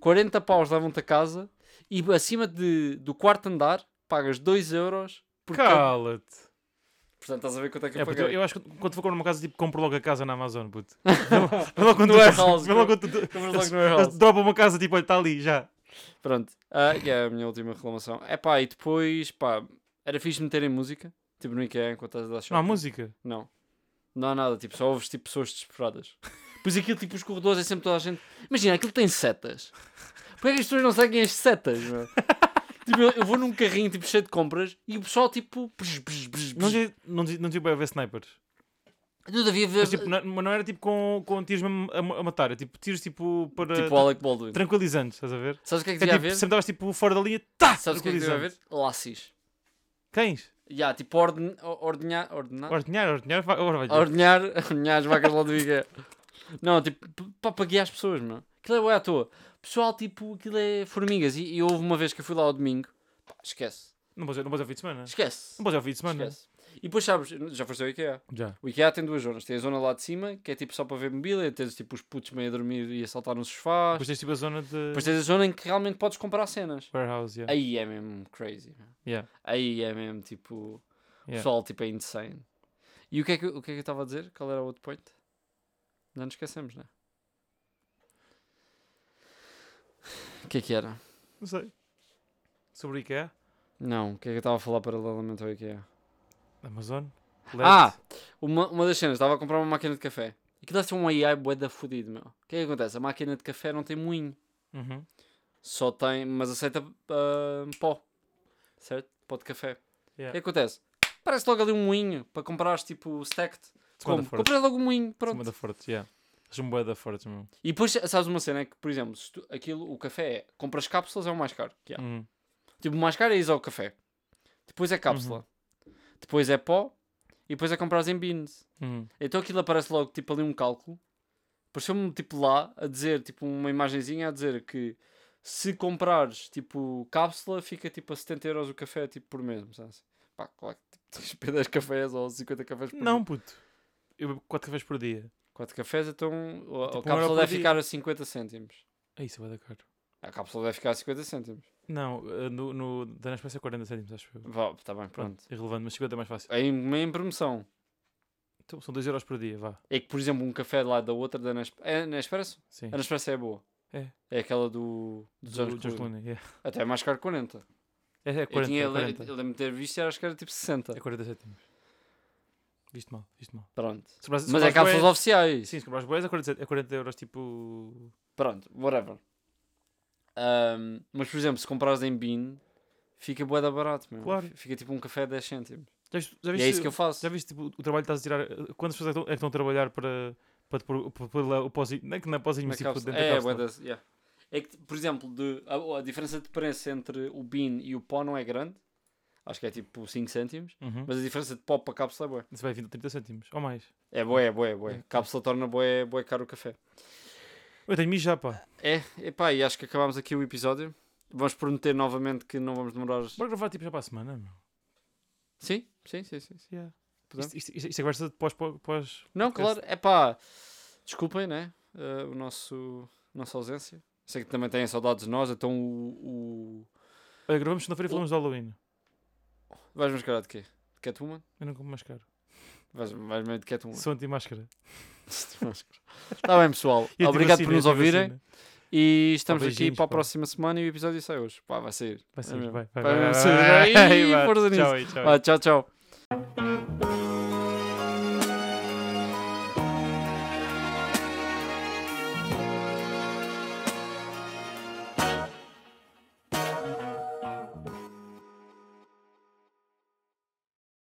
Speaker 1: 40 paus levam-te a casa e acima de, do quarto andar pagas 2 euros por cada-
Speaker 2: Cala-te.
Speaker 1: Portanto, estás a ver quanto é que eu
Speaker 2: É, puto,
Speaker 1: paguei.
Speaker 2: eu, eu acho que quando for comprar uma casa, tipo, compro logo a casa na Amazon, puto. Vê logo quando
Speaker 1: No
Speaker 2: tu-
Speaker 1: warehouse,
Speaker 2: vê logo quando tu-
Speaker 1: Compras
Speaker 2: eles-
Speaker 1: logo no warehouse.
Speaker 2: eles dropam uma casa, tipo, olha, está ali, já.
Speaker 1: Pronto, ah, que é a minha última reclamação. É pá, e depois, pá, era fixe meterem música, tipo no IKEA, enquanto estás a dar
Speaker 2: Não há
Speaker 1: shopping.
Speaker 2: música.
Speaker 1: Não. Não há nada, tipo, só ouves tipo, pessoas desesperadas. Pois aquilo, tipo, os corredores é sempre toda a gente. Imagina, aquilo tem setas. Porquê é que as pessoas não seguem as setas, meu? Tipo, eu, eu vou num carrinho tipo, cheio de compras e o pessoal, tipo. Psh, psh, psh,
Speaker 2: Não
Speaker 1: psh.
Speaker 2: devia, não devia, não devia haver snipers.
Speaker 1: Não devia ver.
Speaker 2: Mas
Speaker 1: Tipo,
Speaker 2: tipo, não, mas não era tipo com, com tiros mesmo a, a matar, é tipo tiros tipo para.
Speaker 1: o Alec Baldwin.
Speaker 2: Tranquilizantes, estás a ver?
Speaker 1: Sabes o que é que
Speaker 2: É,
Speaker 1: devia
Speaker 2: tipo,
Speaker 1: haver?
Speaker 2: sempre davas tipo fora da linha, tá!
Speaker 1: Sabes o que é que devia haver? Lacis.
Speaker 2: Cães?
Speaker 1: Já, tipo, orden... ordenhar. Ordenar.
Speaker 2: Ordenhar, ordenhar, vai, ora vai.
Speaker 1: a ordenhar, a ordenhar as vacas lá do IKEA. Não, tipo, p- pá, para guiar as pessoas, mano. Aquilo é bué à toa. Pessoal, tipo, aquilo é formigas. E, e houve uma vez que eu fui lá ao domingo. Pá, esquece.
Speaker 2: Não podes não podes ao fim de semana.
Speaker 1: Esquece.
Speaker 2: Não podes ao fim de Ah. semana.
Speaker 1: Esquece. E depois, sabes, já foste ao IKEA.
Speaker 2: Já.
Speaker 1: O IKEA tem duas zonas. Tem a zona lá de cima, que é tipo só para ver mobília. Tens tipo os putos meio a dormir e a saltar nos sofás.
Speaker 2: Depois tens tipo a zona de.
Speaker 1: Depois tens a zona em que realmente podes comprar cenas.
Speaker 2: Warehouse, yeah.
Speaker 1: Aí é mesmo crazy. mano.
Speaker 2: Yeah.
Speaker 1: Aí é mesmo tipo. O
Speaker 2: Yeah.
Speaker 1: pessoal tipo, é insane. E o que é que, o que, é que eu estava a dizer? Qual era o outro point? Não nos esquecemos, né? O que é que era?
Speaker 2: Não sei. Sobre o IKEA?
Speaker 1: Não, o que é que eu estava a falar paralelamente ao IKEA?
Speaker 2: Amazon?
Speaker 1: Ah! Uma, uma das cenas, estava a comprar uma máquina de café. Aquilo deve ser um AI bué da fudido, meu. O que é que acontece? A máquina de café não tem moinho.
Speaker 2: Uhum.
Speaker 1: Só tem, mas aceita ah, pó. Certo? Pó de café.
Speaker 2: Yeah.
Speaker 1: O que é que acontece? Parece logo ali um moinho para comprares tipo stacked.
Speaker 2: Segunda
Speaker 1: Como?
Speaker 2: forte.
Speaker 1: Comprei logo um moinho, pronto.
Speaker 2: Segunda forte, yeah. São bué da forte, meu.
Speaker 1: E depois, sabes uma cena é que, por exemplo, se tu- aquilo, o café é, compras cápsulas é o mais caro. que há.
Speaker 2: Uhum.
Speaker 1: Tipo, o mais caro é isó café. Depois é cápsula. Depois é pó. E depois é comprar em beans.
Speaker 2: Uhum.
Speaker 1: Então aquilo aparece logo, tipo, ali um cálculo. Apareceu-me, tipo, lá, a dizer, tipo, uma imagenzinha a dizer que se comprares, tipo, cápsula, fica, tipo, a 70 euros o café, tipo, por mês. sabe assim? Pá, claro que tipo, tens de beber 10 cafés ou 50 cafés por
Speaker 2: Não, puto. Eu bebo 4 cafés por dia.
Speaker 1: 4 cafés, então a-
Speaker 2: Tipo, um
Speaker 1: a
Speaker 2: euro
Speaker 1: cápsula
Speaker 2: por
Speaker 1: deve
Speaker 2: dia.
Speaker 1: ficar a 50 cêntimos.
Speaker 2: É isso, bué da caro.
Speaker 1: A cápsula deve ficar a 50 cêntimos.
Speaker 2: Não, eh, no, no da Nespresso é 40 cêntimos, acho eu.
Speaker 1: Vá, tá bem, pronto.
Speaker 2: Pronto, irrelevante, mas 50 é mais fácil.
Speaker 1: Aí meio em promoção.
Speaker 2: Então, são 2 euros por dia, vá.
Speaker 1: É que, por exemplo, um café lá da outra, da Nesp... é Nespresso?
Speaker 2: Sim.
Speaker 1: A Nespresso é boa.
Speaker 2: É.
Speaker 1: É aquela do, do,
Speaker 2: Do
Speaker 1: George
Speaker 2: George
Speaker 1: Clooney.
Speaker 2: Clooney, yeah.
Speaker 1: Até é mais caro que 40.
Speaker 2: É, é
Speaker 1: eu
Speaker 2: 40,
Speaker 1: tinha,
Speaker 2: é
Speaker 1: eu le-
Speaker 2: 40.
Speaker 1: eu lembro de ter visto e acho que era tipo 60.
Speaker 2: É 40 cêntimos. Viste mal, viste mal.
Speaker 1: Pronto.
Speaker 2: Se compras- se
Speaker 1: Mas é
Speaker 2: compras
Speaker 1: cápsulas
Speaker 2: bué-
Speaker 1: oficiais.
Speaker 2: Sim, se compras boés é 40, cêntimos, é 40 euros, tipo...
Speaker 1: Pronto, whatever. Ahm, mas, por exemplo, se comprares em bean, fica bué da barato, meu.
Speaker 2: Claro.
Speaker 1: F- Fica tipo um café a 10 cêntimos.
Speaker 2: Já viste, já
Speaker 1: E
Speaker 2: viste,
Speaker 1: é isso que eu faço.
Speaker 2: já viste tipo, o trabalho que estás a tirar? eh, Quantas pessoas é que estão- é que estão a trabalhar para... Para te pôr para pôr lá o pozinho, não é que não é pozinho,
Speaker 1: Na
Speaker 2: mas tipo
Speaker 1: cápsula.
Speaker 2: dentro da
Speaker 1: é, bué
Speaker 2: cápsula.
Speaker 1: da- yeah. É que, por exemplo, de, a, a diferença de preço entre o bean e o pó não é grande. Acho que é tipo 5 cêntimos.
Speaker 2: Uhum.
Speaker 1: Mas a diferença de pó para cápsula é boa.
Speaker 2: Isso vai vindo a 30 cêntimos, ou mais.
Speaker 1: É boa, é boa, é boa.
Speaker 2: Ok.
Speaker 1: Cápsula torna boa, boa caro o café.
Speaker 2: Eu tenho mijo já, pá.
Speaker 1: É, epá, e acho que acabámos aqui o episódio. Vamos prometer novamente que não vamos demorar.
Speaker 2: Bora gravar tipo já para a semana, meu.
Speaker 1: Sim, sim, sim, sim. sim.
Speaker 2: Yeah.
Speaker 1: Podemos?
Speaker 2: Isto, isto, isto, isto é conversa de pós... pós, pós
Speaker 1: Não,
Speaker 2: Podcast.
Speaker 1: claro, é pá. Desculpem, né? eh, o nosso, nossa ausência. Sei que também têm saudades de nós, então o. o...
Speaker 2: Olha, gravamos segunda-feira e falamos de Halloween.
Speaker 1: Vais-me mascarar de quê? De Catwoman?
Speaker 2: Eu não como máscara.
Speaker 1: Vais-me vais mesmo de Catwoman.
Speaker 2: Sou anti-máscara.
Speaker 1: Está Tá bem, pessoal.
Speaker 2: E eu tive
Speaker 1: Obrigado
Speaker 2: vacina,
Speaker 1: por nos
Speaker 2: eu tive
Speaker 1: ouvirem.
Speaker 2: vacina.
Speaker 1: E estamos
Speaker 2: Pá,
Speaker 1: aqui
Speaker 2: beijinhos,
Speaker 1: para a
Speaker 2: pá.
Speaker 1: próxima semana e o episódio sai hoje. Pá, vai sair.
Speaker 2: Vai
Speaker 1: mesmo.
Speaker 2: ser, vai.
Speaker 1: Vai
Speaker 2: vai,
Speaker 1: mesmo sair.
Speaker 2: vai, vai,
Speaker 1: Ih,
Speaker 2: vai.
Speaker 1: força nisso.
Speaker 2: Tchau aí, tchau aí.
Speaker 1: Vá, tchau, tchau.